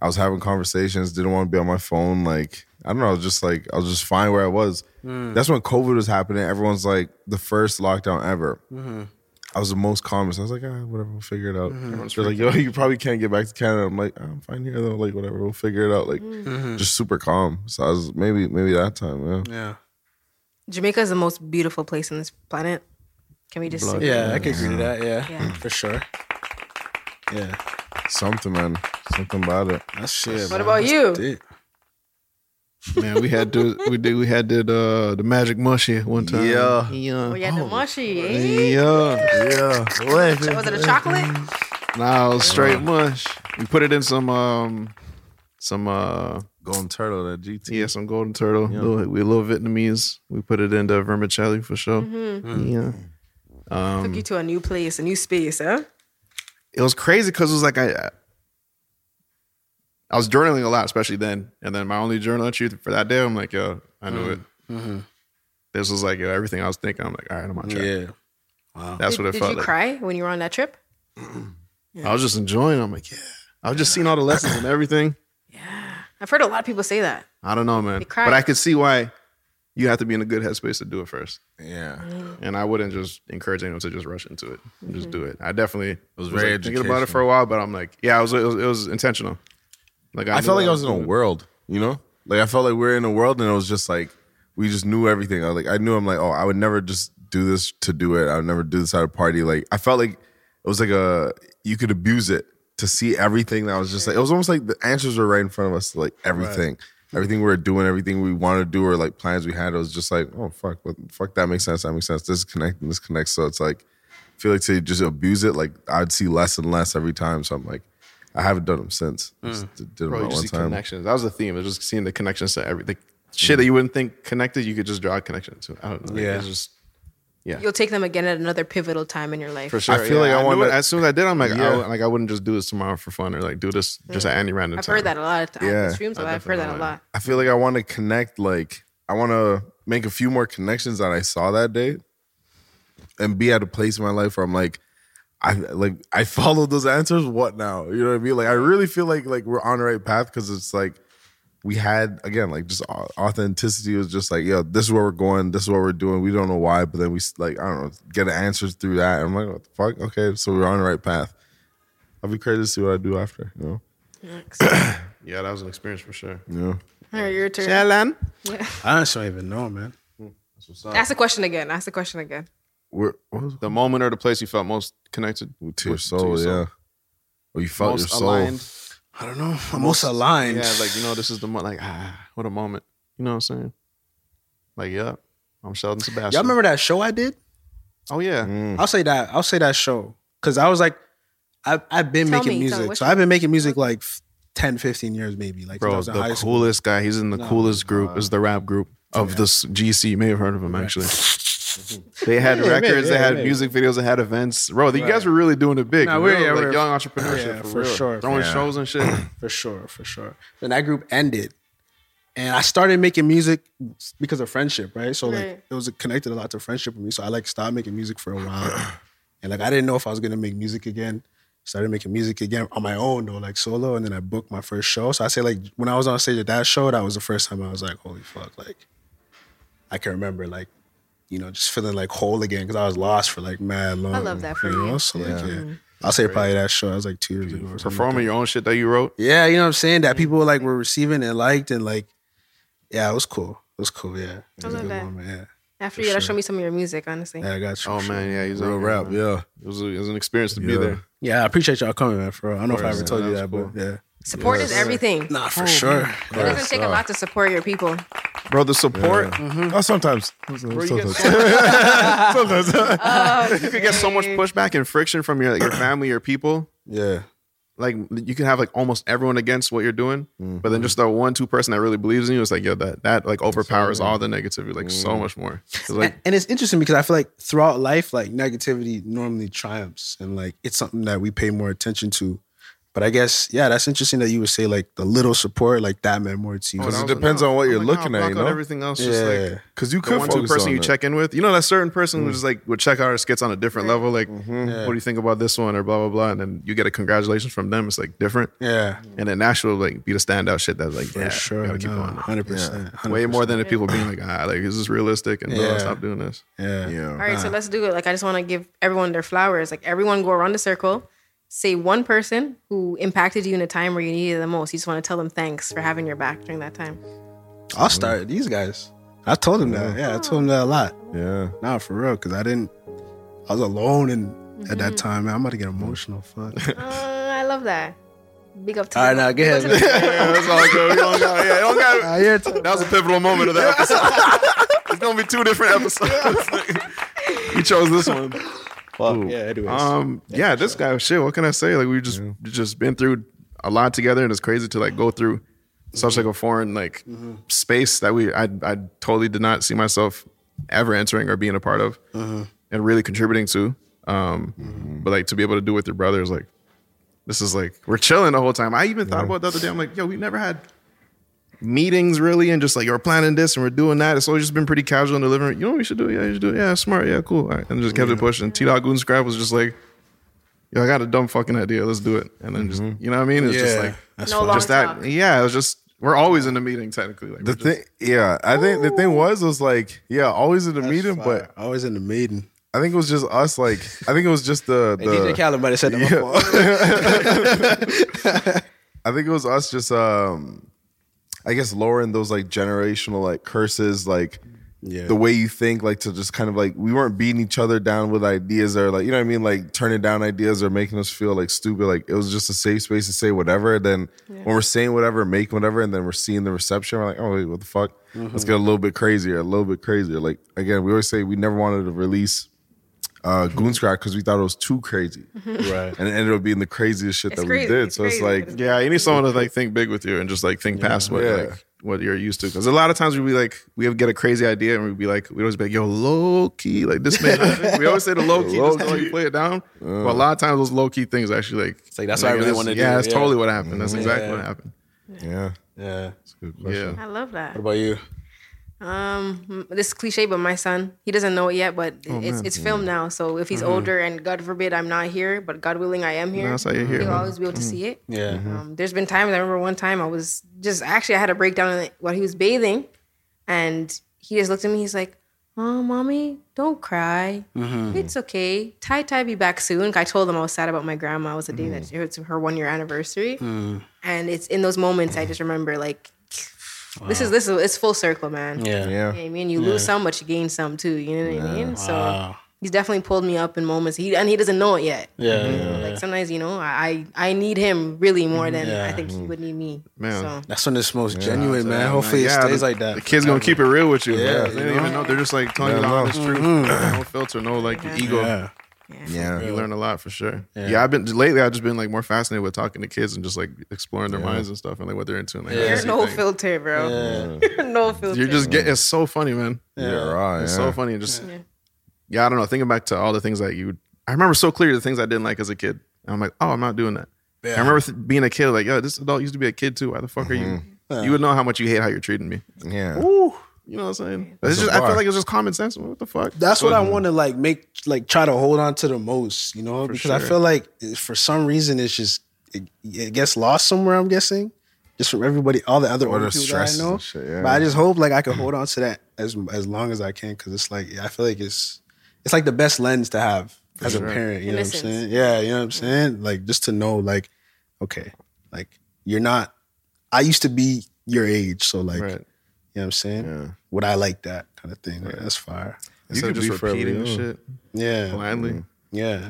I was having conversations, didn't want to be on my phone. Like I don't know, I was just like, I was just fine where I was. That's when COVID was happening. Everyone's like, the first lockdown ever. I was the most calmest. I was like, ah, whatever, we'll figure it out. They're like, yo, you probably can't get back to Canada. I'm like, I'm fine here though. Like, whatever, we'll figure it out. Like, just super calm. So I was maybe, maybe that time. Yeah. yeah. Jamaica is the most beautiful place on this planet. Can we just say Yeah. I could agree to that. Yeah. Yeah. For sure. Yeah. Something, man. Something about it. That's shit. What about you? man, we had to we did we had did uh the magic mushy one time. Yeah. Yeah. We had Oh, the mushy. Eh? Yeah. Yeah. Was it a chocolate? Nah, it was straight mush. We put it in some um some uh Golden Turtle, that GT. yeah, some golden turtle. Little, we little Vietnamese. We put it into vermicelli for sure. Mm-hmm. Yeah. Took you to a new place, a new space, huh? it was crazy because it was like I, I was journaling a lot, especially then. And then my only journal entry for that day, I'm like, yo, I knew it. Mm-hmm. This was like yo, everything I was thinking. I'm like, all right, I'm on track. Yeah. That's did, what it did felt you like. cry when you were on that trip? I was just enjoying. it. I'm like, yeah. I was just seeing all the lessons and everything. I've heard a lot of people say that. I don't know, man. cried. But I could see why you have to be in a good headspace to do it first. Yeah. Mm-hmm. And I wouldn't just encourage anyone to just rush into it. Just do it. I definitely was, very like, thinking about it for a while, but I'm like, yeah, it was it was, it was intentional. Like I knew felt like I was in doing a it. world, you know? Like I felt like we were in a world and it was just like we just knew everything. I like I knew I'm like, oh, I would never just do this to do it. I would never do this at a party. Like I felt like it was like a you could abuse it to see everything that was just like it was almost like the answers were right in front of us to like everything. Everything we were doing, everything we wanted to do, or like plans we had, it was just like, oh fuck, what, fuck that makes sense. That makes sense. This is connecting, this connects. So it's like I feel like to just abuse it, like I'd see less and less every time. So I'm like, I haven't done them since. Mm. Just did them Bro, you at just one see time. connections. That was the theme. It was just seeing the connections to everything. Shit that you wouldn't think connected, you could just draw a connection to. I don't know. Like, Yeah. It's just yeah. You'll take them again at another pivotal time in your life. For sure. feel like I knew wanna- it. as soon as I did, I'm like, Yeah. I, would- like I wouldn't just do this tomorrow for fun or like do this just at any random I've time. heard that a lot. Yeah, Yeah. the streams a I lot. I've heard that a definitely lot. I feel like I want to connect. Like I want to make a few more connections that I saw that day, and be at a place in my life where I'm like, I like I followed those answers. What now? You know what I mean? Like I really feel like like we're on the right path because it's like we had again like just au- authenticity was just like yo this is where we're going this is what we're doing we don't know why but then we s- like i don't know get answers through that i'm like what the fuck okay so we're on the right path i'll be crazy to see what i do after you know Yeah, that was an experience for sure. yeah All right, your turn. Shalom. Yeah. I honestly don't even know, man. Ask the question again. Ask the question again. Where, the moment or the place you felt most connected to your soul, yeah. Or you felt Most your soul. aligned. I don't know. I'm most aligned. Yeah, like you know, this is the moment. Like ah, what a moment. You know what I'm saying? Like yeah, I'm Sheldon Sebastian. Y'all remember that show I did? Oh yeah. Mm. I'll say that. I'll say that show. Cause I was like, I've, I've been Tell making me, tell me, music. what's So I've been making music like f- 10, 15 years maybe. Like since I Bro, was in the high coolest school. guy. He's in the No. coolest group. Is the rap group of this GC. You may have heard of him actually. They had Yeah, yeah, records, yeah, they had yeah. music videos, they had events. Bro, you guys were really doing it big. Nah, No, we're- we're, yeah, like we're- young entrepreneurship yeah, for, for real. sure. Throwing Yeah. shows and shit. For sure, for sure. Then that group ended. And I started making music because of friendship, right? So Right. like it was connected a lot to friendship with me. So I like stopped making music for a while. and like I didn't know if I was gonna make music again. Started making music again on my own though, like solo. And then I booked my first show. So I say like when I was on stage at that show, that was the first time I was like, holy fuck, like I can remember like, you know, just feeling like whole again because I was lost for like mad long. love that for you. know? So like yeah. I'll say probably that show. I was like two years ago. or something like that. Performing your own shit that you wrote. Yeah, you know what I'm saying? That people like were receiving and liked and like, yeah, it was cool. It was cool, yeah. It I was a love good that. moment, yeah. After you gotta show me some of your music, honestly. Yeah, I got you. Oh for sure. man, yeah, he's Real out here, rap, man. yeah. It was, a- it was an experience to be Yeah. there. Yeah, I appreciate y'all coming, man. For real. I don't know if I course, ever yeah, told you that that, was but yeah. Support is everything. Nah, for sure. It doesn't take a lot to support your people. Bro, the support. Oh, sometimes. you sometimes. Sometimes. You could get so much pushback and friction from your your family, your people. yeah. Like you can have like almost everyone against what you're doing, but Mm-hmm. then just that one two person that really believes in you is like yo that that like overpowers all the negativity like so Mm. much more. 'Cause, Like and, and it's interesting because I feel like throughout life, like negativity normally triumphs, and like it's something that we pay more attention to. But I guess, yeah, that's interesting that you would say like the little support, like that meant more to you. it I was depends on what I'm you're like, nah, looking at, block you out know? everything else, just Yeah. like Because you the could one two focus person on Mm. you that. check in with. You know that certain person who's like would check out our skits on a different level. Like, Mm-hmm. what do you think about this one or blah blah blah, and then you get a congratulations from them. It's like different. yeah, And then Nashville like be the standout shit that's like for yeah, sure. gotta keep no, going. 100%, Way more than the people being like ah like is this realistic and blah, Yeah. stop doing this. Yeah. Yeah. All right, so let's do it. Like I just want to give everyone their flowers. Like everyone go around the circle, say one person who impacted you in a time where you needed it the most. You just want to tell them thanks for having your back during that time. I'll start these guys. I told him that. Yeah, I told him that a lot. Yeah. Nah, for real, because I didn't. I was alone, and at that time, man, I'm about to get emotional. Fuck. Uh, I love that. Big up to All right, them. now, go Big up ahead. to them. Yeah, that's all good. We don't got- yeah, don't got- Ah, you're t- that was a pivotal moment of the episode. it's gonna be two different episodes. we chose this one. yeah. Anyways. Um, yeah, this guy, shit. What can I say? Like we just just been through a lot together, and it's crazy to like go through such like a foreign like Mm-hmm. space that we I I totally did not see myself ever entering or being a part of, Uh-huh. and really contributing to. Um, but like to be able to do with your brother is like this is like we're chilling the whole time. I even thought about it the other day. I'm like, yo, we've never had meetings really, and just like you're planning this and we're doing that. It's always just been pretty casual in the living room. You know what we should do? Yeah, you should do it. Yeah, smart. Yeah, cool. All right. And just kept it pushing. T Dog Goon Scrap was just like, yo, I got a dumb fucking idea. Let's do it. And then just you know what I mean? It's just Yeah. like That's No long just that. talk. Yeah, it was just we're always in a meeting technically. Like The we're just- thing, yeah, I think the thing was was like, yeah, always in the meeting, but I was in the maiden. I think it was just us. Like, I think it was just the, the Khaled might have said that. I think it was us just um I guess lowering those like generational like curses, like Yeah. the way you think, like to just kind of like we weren't beating each other down with ideas or like you know what I mean, like turning down ideas or making us feel like stupid. Like it was just a safe space to say whatever. Then when we're saying whatever, make whatever, and then we're seeing the reception, we're like, oh wait, what the fuck? Let's get a little bit crazier, a little bit crazier. Like again, we always say we never wanted to release uh, Goonscrack because we thought it was too crazy. Right. And it ended up being the craziest shit It's that crazy, we did. it's so it's crazy. like, yeah, you need someone to like think big with you and just like think past what Yeah. like what you're used to. Because a lot of times we'd be like, we would get a crazy idea and we'd be like, we'd always be like, yo, low key, like this man. we always say the low key, Low just to let you play it down. Uh. But a lot of times those low key things actually like, like, that's what I really that's- wanna do, Yeah, that's yeah. totally what happened. That's Mhm. exactly Yeah. what happened. yeah. Yeah. That's a good Yeah. question. I love that. What about you? Um, this is cliche, but my son, he doesn't know it yet, but Oh, it's man. it's filmed now. So if he's Mhm. older and God forbid I'm not here, but God willing I am here, That's how you're here, he'll man. always be able to see it. Yeah. Mm-hmm. Um, there's been times I remember one time I was just actually I had a breakdown while he was bathing, and he just looked at me. He's like, "Oh, mommy, don't cry. Mhm. It's okay. Ty Ty be back soon." I told him I was sad about my grandma. It was the Mm. day that it was her one year anniversary, Mm. and it's in those moments I just remember like, this Wow. is this is it's full circle, man. Yeah. You know what I mean, you lose Yeah. some, but you gain some too. You know what I mean? So Wow. he's definitely pulled me up in moments. He and he doesn't know it yet. Yeah. yeah, Like yeah. sometimes, you know, I I I need him really more than Yeah. I think he would need me. Man. That's when it's most Yeah. genuine, man. Hopefully it Yeah, stays the- like that. The kid's gonna keep it real with you. Yeah, Yeah, they you don't know? even know. They're just like telling Yeah, you the no. honest truth. Mm-hmm. Mhm. No filter, no like your ego. Yeah. Yeah. You learn a lot for sure. Yeah. Yeah. I've been lately. I've just been like more fascinated with talking to kids and just like exploring their Yeah. minds and stuff and like what they're into. And, like, Yeah. You're crazy no things. filter, bro. Yeah. You're no filter. You're just getting. It's so funny, man. Yeah. You're right. It's yeah. so funny. And just Yeah. yeah. I don't know. Thinking back to all the things that you, I remember so clearly the things I didn't like as a kid. And I'm like, oh, I'm not doing that. Yeah. I remember th- being a kid, like, yo, this adult used to be a kid too. Why the fuck are Mm-hmm. you? Yeah. You would know how much you hate how you're treating me. Yeah. Ooh, you know what I'm saying? That's It's a just, I bar. feel like it's just common sense. What the fuck? That's what I want to like make like try to hold on to the most, you know, For because I sure. feel like it- for some reason it's just it, it gets lost somewhere. I'm guessing just from everybody, all the other Or older the people stresses that I know. and shit, yeah. But I just hope like I can hold on to that as as long as I can because it's like I feel like it's it's like the best lens to have as sure. a parent. You Innocence. know what I'm saying? Yeah, you know what I'm saying. Like just to know like okay, like you're not. I used to be your age, so like you Right. know what I'm saying. Yeah. Would I like that kind of thing? Like, that's fire. Instead could of be just forever repeating young. shit Yeah. blindly. Mm-hmm. Yeah.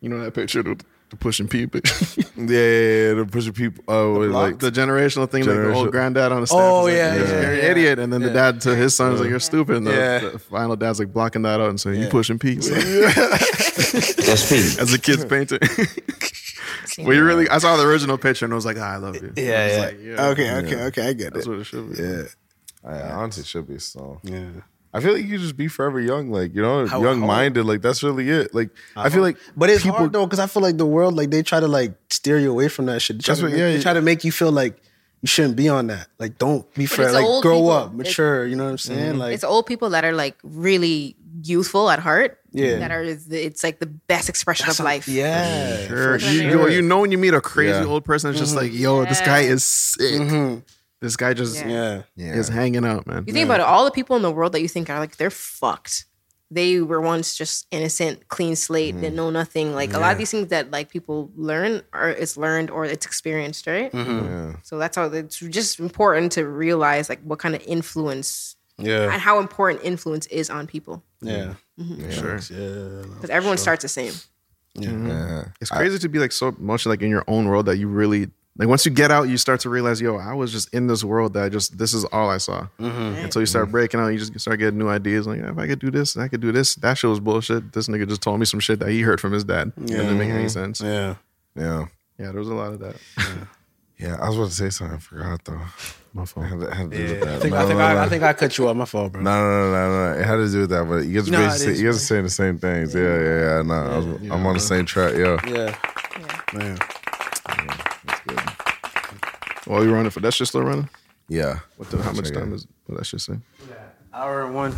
You know that picture, the, the pushing pee picture. Yeah, yeah, yeah. The push of people. Oh, wait, block? like, the generational thing, like the Generational. old granddad on the staff. Oh, is like, yeah, "You're yeah, an yeah. idiot. And then Yeah. the dad to his son is like, you're stupid. And the, Yeah. the final dad's like blocking that out and saying, you Yeah. pushing peace. That's peak. As a kid's painting. well, you really, I saw the original picture and I was like, ah, I love you. I was like, Okay, okay, okay. I get That's it. what it should be. yeah. I, honestly, it should be a song. Yeah. I feel like you just be forever young, like you know, How- Uh-huh. young minded. Like that's really it. Like I feel like, But it's hard though, because I feel like the world, like they try to like steer you away from that shit. They try, That's to, what- make, yeah, they yeah. try to make you feel like you shouldn't be on that. Like don't be fair. it's Like grow old people. up, It's- mature. you know what I'm saying? Like it's old people that are like really youthful at heart. Yeah. That are the, it's like the best expression of life. yeah. Sure. for Mm-hmm. sure. You, you- you know when you meet a crazy Yeah. old person, it's just like, yo, this guy is sick. Mhm. This guy just Yeah. Yeah. yeah, is hanging out, man. You think about it, all the people in the world that you think are like they're fucked. They were once just innocent, clean slate, didn't know nothing. Like a lot of these things that like people learn or it's learned or it's experienced, right? yeah. So that's how it's just important to realize like what kind of influence Yeah. and how important influence is on people. Yeah. Mm-hmm. Sure. Oh, Because everyone starts the same. yeah. It's crazy to be like so much like in your own world that you really like once you get out, you start to realize, yo, I was just in this world that I just this is all I saw. Until you start breaking out, you just start getting new ideas. Like, if I could do this, I could do this. That shit was bullshit. This nigga just told me some shit that he heard from his dad. Yeah. It didn't make any sense. Yeah. Yeah. yeah, there was a lot of that. yeah. I was about to say something, I forgot though. My I fault. had to, I had to do with I that. think No, I think no, no. I, I think I cut you off. My fault, bro. No, no, no, no, no. It had to do with that, but you guys, No, it basically- is, you guys man. are saying the same things. Yeah, yeah, yeah. no, I was, I'm on the same track. Yeah. Yeah. Man. While you running for that shit still running? Yeah. What the, how much Check it. time is what that shit say? Hour and one.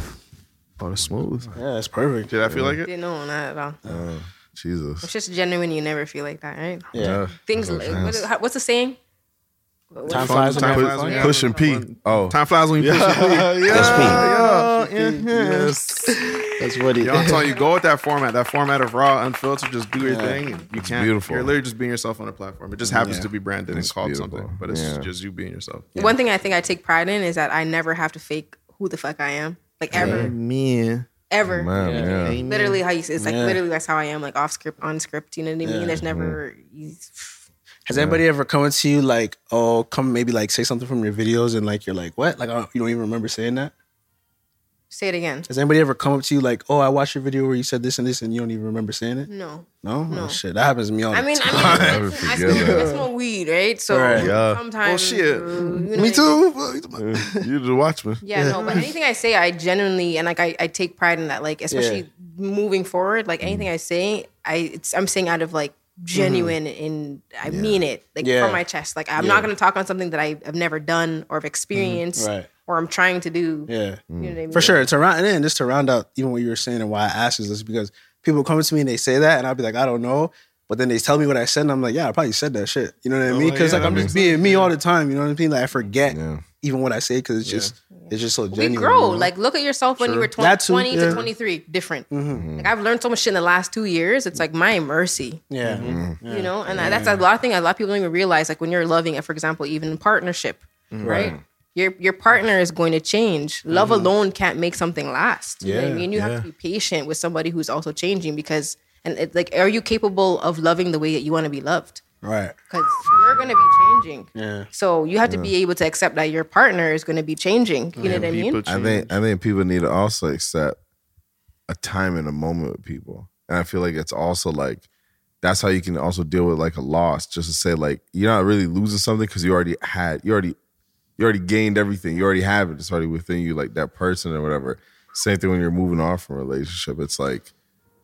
Oh, that's smooth. Yeah, that's perfect. Did I feel like it? You know, not at all. It's Jesus. just genuine. You never feel like that, right? Yeah. Things. Like, what is, how- what's the saying? What- Time what- flies when Time you're flies having when fun. you're Push and pee. Oh. Time flies when you push your feet. That's That's what it Yo, I'm is. telling you, go with that format. That format of raw, unfiltered, just do your thing. You can't. beautiful. You're literally just being yourself on a platform. It just happens Yeah. to be branded It's and called beautiful. something, but it's Yeah. just you being yourself. One thing I think I take pride in is that I never have to fake who the fuck I am, like ever, Man, ever. Man, yeah. Literally, how you it's like Mm. Yeah. literally that's how I am, like off script, on script. You know what I mean? Yeah. Mm. There's never. You, Has anybody ever come to you like, oh, come maybe like say something from your videos and like you're like, what? Like, I don't- you don't even remember saying that? Say it again. Has anybody ever come up to you like, "Oh, I watched your video where you said this and this," and you don't even remember saying it? No. No, No. Oh, shit, that happens to me all I the mean, I time. mean, I, I, smoke, I smoke weed, right? So Right. Yeah. sometimes, Well, shit. uh, you me know, too. you the watchman. Yeah, no, but anything I say, I genuinely and like I, I take pride in that. Like especially moving forward, like Mm. anything I say, I it's, I'm saying out of like Mm-hmm. genuine and I mean it, like Yeah. from my chest. Like I'm Yeah. not gonna talk on something that I have never done or have experienced Mm-hmm. Right. or I'm trying to do. Mm. Yeah, You know what I mean? for sure. To round and then just to round out even what you were saying and why I asked is this because people come to me and they say that and I'll be like, I don't know, but then they tell me what I said and I'm like, yeah, I probably said that shit. You know what I mean? Because Oh, yeah, like I'm that just being me all the time. You know what I mean? Like I forget even what I say because it's just it's just so genuine. We grow. you know? Like, look at yourself when you Sure. were 20, That too, 20 yeah. Mm-hmm. to 23. Different. Like, I've learned so much shit in the last two years. It's like my mercy. yeah. Mm-hmm. You know, and that's a lot of thing. A lot of people don't even realize. Like when you're loving, for example, even in partnership, Mm-hmm. right? Your your partner is going to change. Love alone can't make something last. You know what I Yeah, mean, you yeah. have to be patient with somebody who's also changing because, and it's like, are you capable of loving the way that you want to be loved? Right. Because you're going to be changing. Yeah. So you have to Yeah. be able to accept that your partner is going to be changing. You know what I mean? I think I think people need to also accept a time and a moment with people, and I feel like it's also like that's how you can also deal with like a loss. Just to say like you're not really losing something because you already had you already you already gained everything. You already have it. It's already within you, like that person or whatever. Same thing when you're moving on from a relationship. It's like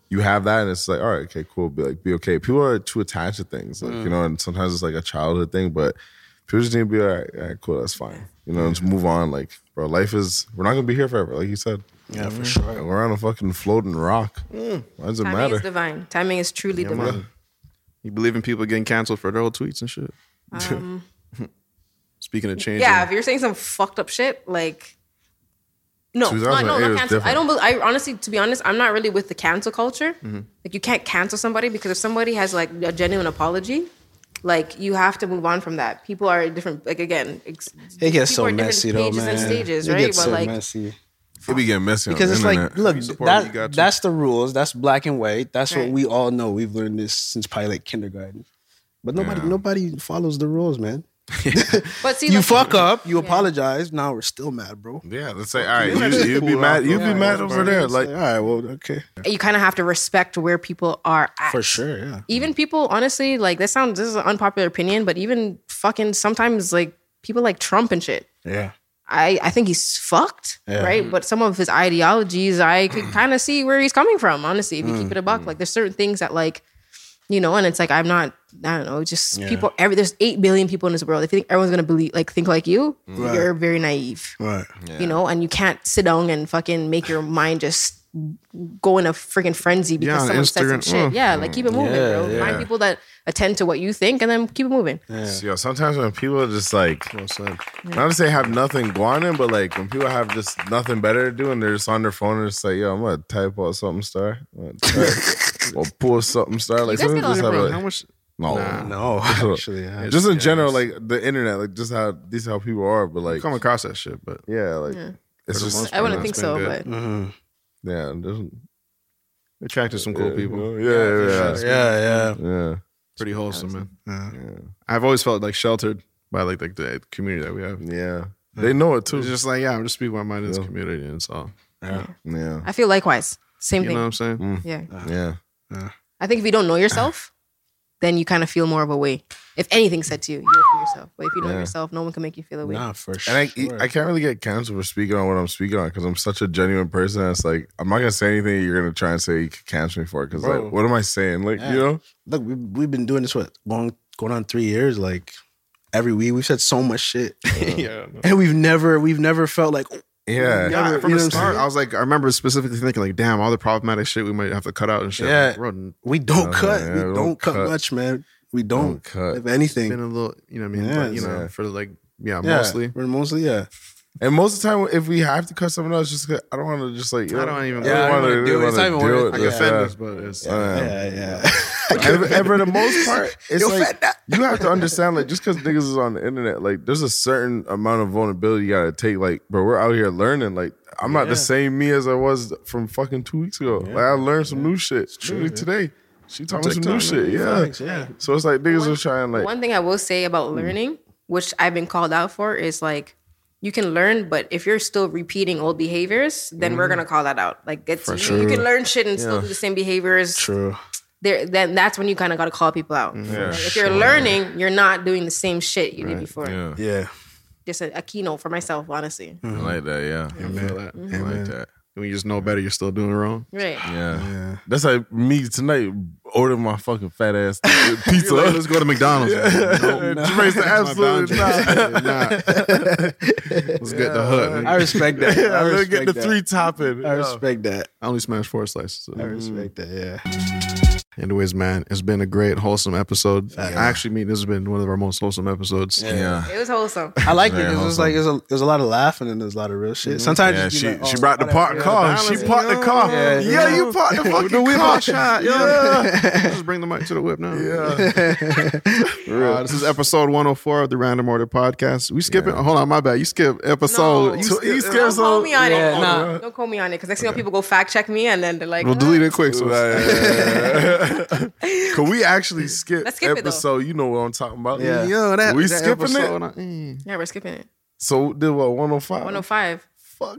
you have that, and it's like all right, okay, cool. Be like be okay. People are too attached to things, like you Mm. know, and sometimes it's like a childhood thing, but. People just need to be all right, all right, cool, that's fine. You know, just move on. Like, bro, life is, we're not gonna be here forever, like you said. Yeah, for sure. We're on a fucking floating rock. Mm. Why does it Timing matter? is divine. Timing is truly Yeah, divine. man. You believe in people getting canceled for their old tweets and shit. Um, Speaking of changing, Yeah, if you're saying some fucked up shit, like no, not, no, 2008 not was cancel. I different. don't. bel- I honestly, to be honest, I'm not really with the cancel culture. Mhm. Like, you can't cancel somebody because if somebody has like a genuine apology, like you have to move on from that. People are different. Like again, ex- It gets people so are different messy though, pages man. And stages, it right? gets but so like, messy. It be getting messy on because the it's like, internet. look, You support what you that, got to. that's the rules. That's black and white. That's what Right. we all know. We've learned this since probably like kindergarten. But nobody, Yeah. nobody follows the rules, man. but see, you like, fuck up, you apologize. Now we're still mad, bro. Yeah, let's say, all right, you, you'd be mad, you'd be mad over there. Like, all right, well, okay, you kind of have to respect where people are at. for sure, yeah. even people honestly like that sounds this is an unpopular opinion but even fucking sometimes like people like trump and shit Yeah. i i think he's fucked Yeah. Mm. right but some of his ideologies i could Mm. kind of see where he's coming from honestly if you keep it a Mm. buck like there's certain things that like you know and it's like i'm not i don't know just Yeah. people every there's 8 billion people in this world if you think everyone's gonna believe like think like you Right. you're very naive Right. you know and you can't sit down and fucking make your mind just go in a freaking frenzy Yeah, because on someone said some Instagram. shit Mm. yeah like keep it moving Yeah, bro yeah. find people that attend to what you think and then keep it moving So, yo, sometimes when people are just like, not to say have nothing going on, but like when people have just nothing better to do and they're just on their phone and it's like, yo, I'm gonna type out something star, I'm gonna type- or pull something star. Like, guys sometimes get on just the have phone. a- How much- No, Nah. no, actually, yeah. just in Yeah, general, like the internet, like just how these how people are, but like come across that shit, but yeah, like Yeah. it's For the just most I wouldn't part, think it's been so, good. but- Mm-hmm. yeah, it doesn't attracted some cool Yeah, people. yeah, yeah, yeah. Yeah, yeah, yeah. Pretty wholesome, man. I've always felt like sheltered by like, like the community that we have. Yeah, they know it too. It's just like, yeah, I'm just speaking my mind in this community, and it's all. Yeah, yeah. i feel likewise same you thing know what I'm saying? yeah yeah. i think if you don't know yourself then you kind of feel more of a way if anything's said to you you're for yourself but if you know Yeah. yourself no one can make you feel a way for And I, I can't really get canceled for speaking on what I'm speaking on because I'm such a genuine person. That's like I'm not gonna say anything you're gonna try and say you can cancel me for because Bro. like what am I saying? Like Yeah. you know, look, we, we've been doing this what going going on three years. Like every week, we've said so much shit, yeah. and we've never we've never felt like Yeah. Yeah, Yeah, but from you know what the I'm start, saying? I was like, I remember specifically thinking, like, damn, all the problematic shit we might have to cut out and shit. Yeah. Like, bro, we don't Yeah, cut, yeah, we don't don't, cut, cut. much, man. We don't, Don't cut. if anything. been a little, you know what I mean? but, you Yes. know, Yeah. for like, yeah, Yeah, mostly. we're mostly yeah. And most of the time, if we have to cut someone else, just 'cause I don't want to just like you I know, don't even- I Yeah, I don't wanna- wanna do it. It's not even wanna worth deal it. with I can fend this, but it's- yeah, yeah. and, and for the most part, it's Yo, like you have to understand, like just because niggas is on the internet, like there's a certain amount of vulnerability you gotta take. Like, bro, we're out here learning. Like, I'm not Yeah. the same me as I was from fucking two weeks ago. Like, I learned some new shit. Literally today, she taught me some TikTok, new shit. man. Yeah. Facts, yeah. So it's like niggas are trying like Mm. One thing I will say about learning, which I've been called out for, is like you can learn, but if you're still repeating old behaviors, then we're gonna call that out. Like it's Mm. For you, sure. you can learn shit and still Yeah. do the same behaviors. True. Mm. There, then that's when you kind of gotta call people out. Yeah, Like, if sure. you're learning, you're not doing the same shit you did before. Yeah. Yeah. Mm. Just a, a keynote for myself, honestly. I Mm-hmm. like that. Yeah, I feel that. I Amen. like that. When you just know better, you're still doing wrong. Right. Yeah. That's like me tonight ordering my fucking fat ass pizza. You're like, "Let's go to McDonald's." Yeah. Nope. Nah. Jermaine said, My absolutely not. boundaries. Let's get the hood. nigga. I respect that. Yeah, I let's respect get the that. three topping. I respect that. I only smashed four slices. so- I respect that. Yeah. Anyways, man, it's been a great, wholesome episode. I actually mean this has been one of our most wholesome episodes. Yeah. It was wholesome. I like it Very 'cause it was wholesome. like there's a there's a lot of laughing and there's a lot of real shit. Sometimes Yeah, you she be like, she oh, brought the parked car. whatever. She parked the car. Yeah, Yeah, yeah. you parked the fucking whip car. out. Shot. Yeah. Yeah. Just bring the mic to the whip now. Yeah. Uh, this is episode 104 of the Random Order Podcast. We skip it. Hold on, my bad. You skip episode. You skip- you skip Don't call me on Yeah, Oh, it. nah. Don't call me on it because next thing you know, people go fact check me and then they're like, We'll "Ah." delete it quick. So Could we actually skip, Let's skip it, though. episode? you know what I'm talking about. Yeah. Yo, that- we that skipping episode, it. I- mm. Yeah, we're skipping it. So did what? 105. 105.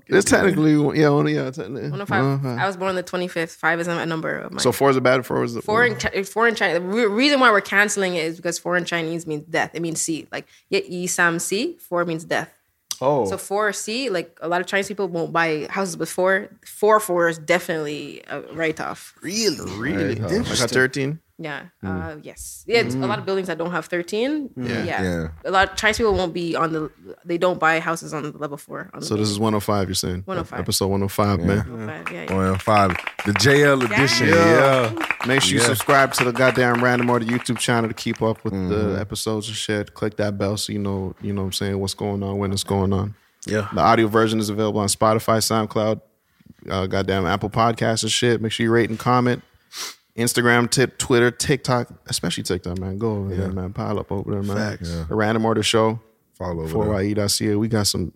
It's technically yeah, only yeah, technically. 105. 105. I was born on the 25th. Five is a number of my. So four is a bad four is a four in, Chi- four in Chinese. The re- reason why we're canceling it is because four in Chinese means death. It means C. Like, yet yi sam si, four means death. Oh. So four C, like a lot of Chinese people won't buy houses with four. Four four is definitely a write off. Really? Really? Like a Interesting. thirteen. Yeah. Uh, yes. Yeah. it's A lot of buildings that don't have thirteen. Yeah. Yeah. Yeah. A lot of Chinese people won't be on the. They don't buy houses on the level four. On the So this is 105. You're saying 105. episode 105, man. level five. Yeah. yeah. 105. The JL edition. Yeah. Make sure you Yeah. subscribe to the goddamn Random Order YouTube channel to keep up with the episodes and shit. Click that bell so you know you know what I'm saying what's going on when it's going on. Yeah. The audio version is available on Spotify, SoundCloud, uh, goddamn Apple Podcasts and shit. Make sure you rate and comment. Instagram, tip, Twitter, TikTok, especially TikTok, man. Go over there, man. Pile up over there, man. Facts. Yeah. The Random Order Show. Follow over there. 4ye.ca. We got some.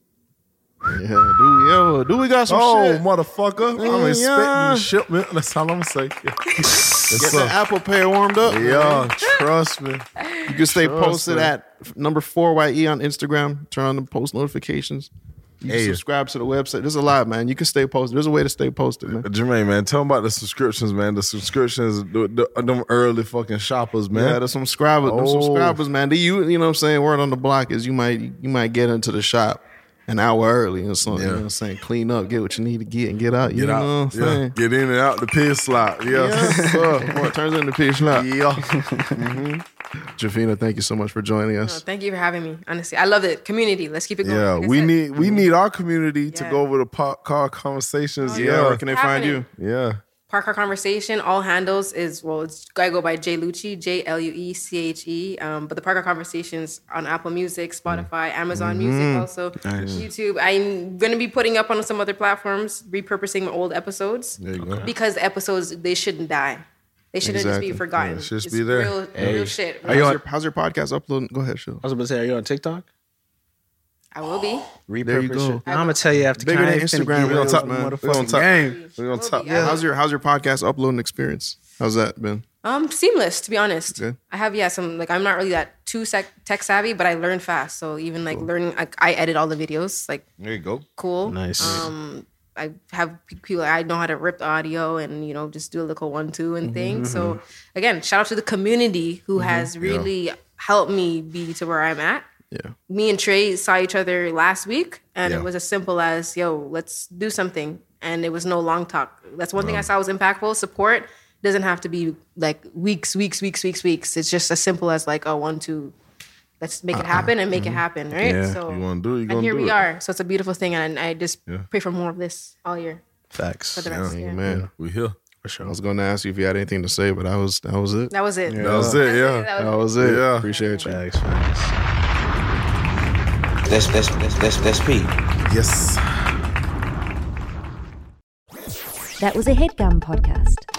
Yeah, do we ever? Do we got some Oh, shit? motherfucker. I'm Yeah. expecting shipment. That's all I'm saying. Yes, Get the sir. Apple Pay warmed up. Yeah, trust me. You can stay Sure, posted sir. at number four YE on Instagram. Turn on the post notifications. You can Hey. subscribe to the website. There's a lot, man. You can stay posted. There's a way to stay posted, man. Jermaine, man, tell them about the subscriptions, man. The subscriptions, the, the, them early fucking shoppers, man. Yeah, the subscribers, them Oh. subscribers, man. Do you you know what I'm saying? Word on the block is you might you might get into the shop an hour early or something. You know what I'm saying? Clean up, get what you need to get and get out. You Get know out. what I'm Yeah. saying? Get in and out the piss slot. Yeah. Yes, sir. Boy, it turns into pitch now. yeah. Jafina, thank you so much for joining No, us. thank you for having me. Honestly, I love it. Community. Let's keep it going. Yeah, Like I we said, need we need our community to Yeah. go over the pop car conversations. Oh, yeah, Where can they find Happening. you? yeah. Parker Conversation. All handles is well, it's I go by Jay Lucci, J L U E C H E. Um, but the Parker Conversations on Apple Music, Mm. Spotify, Amazon Mm-hmm. Music, also YouTube. I'm gonna be putting up on some other platforms, repurposing my old episodes There you go. because the episodes they shouldn't die. They shouldn't just Exactly. be forgotten. Yeah, should just It's be there. Real, real shit. How's your, how's your podcast uploading? Go ahead, Shil. I was about to say, are you on TikTok? I will be. Repurpose There you go. it. I'm gonna tell you after Bigger than Kanye finna Instagram give reels, us a man. We motherfucking on top. game. We on We'll top. be out. How's your how's your podcast uploading experience? How's that been? Um, seamless, to be honest. Good. I have yeah, some like I'm not really that too sec- tech savvy, but I learn fast. So even like learning, like I edit all the videos, like There you go. cool. Nice. Um, I have pe- people I know how to rip the audio and you know just do a little one two Mm-hmm, and things. So again, shout out to the community who has really helped me be to where I'm at. Yeah. Me and Trey saw each other last week, and Yeah. it was as simple as yo, let's do something. And it was no long talk. That's one thing I saw was impactful. Support doesn't have to be like weeks, weeks, weeks, weeks, weeks. It's just as simple as like oh one two. Let's make it happen and make it happen, right? Uh-uh. Mm-hmm. Yeah, So you wanna do it, you gonna and here do we it. are. So it's a beautiful thing, and I just Yeah. pray for more of this all year. Facts. The rest, yeah. Man, We here. I was going to ask you if you had anything to say, but that was that was it. That was it. That was it. Yeah. That That was it. Yeah. Appreciate you. Facts. Facts. That's that's that's that's that's Pete. Yes. That was a headgum podcast.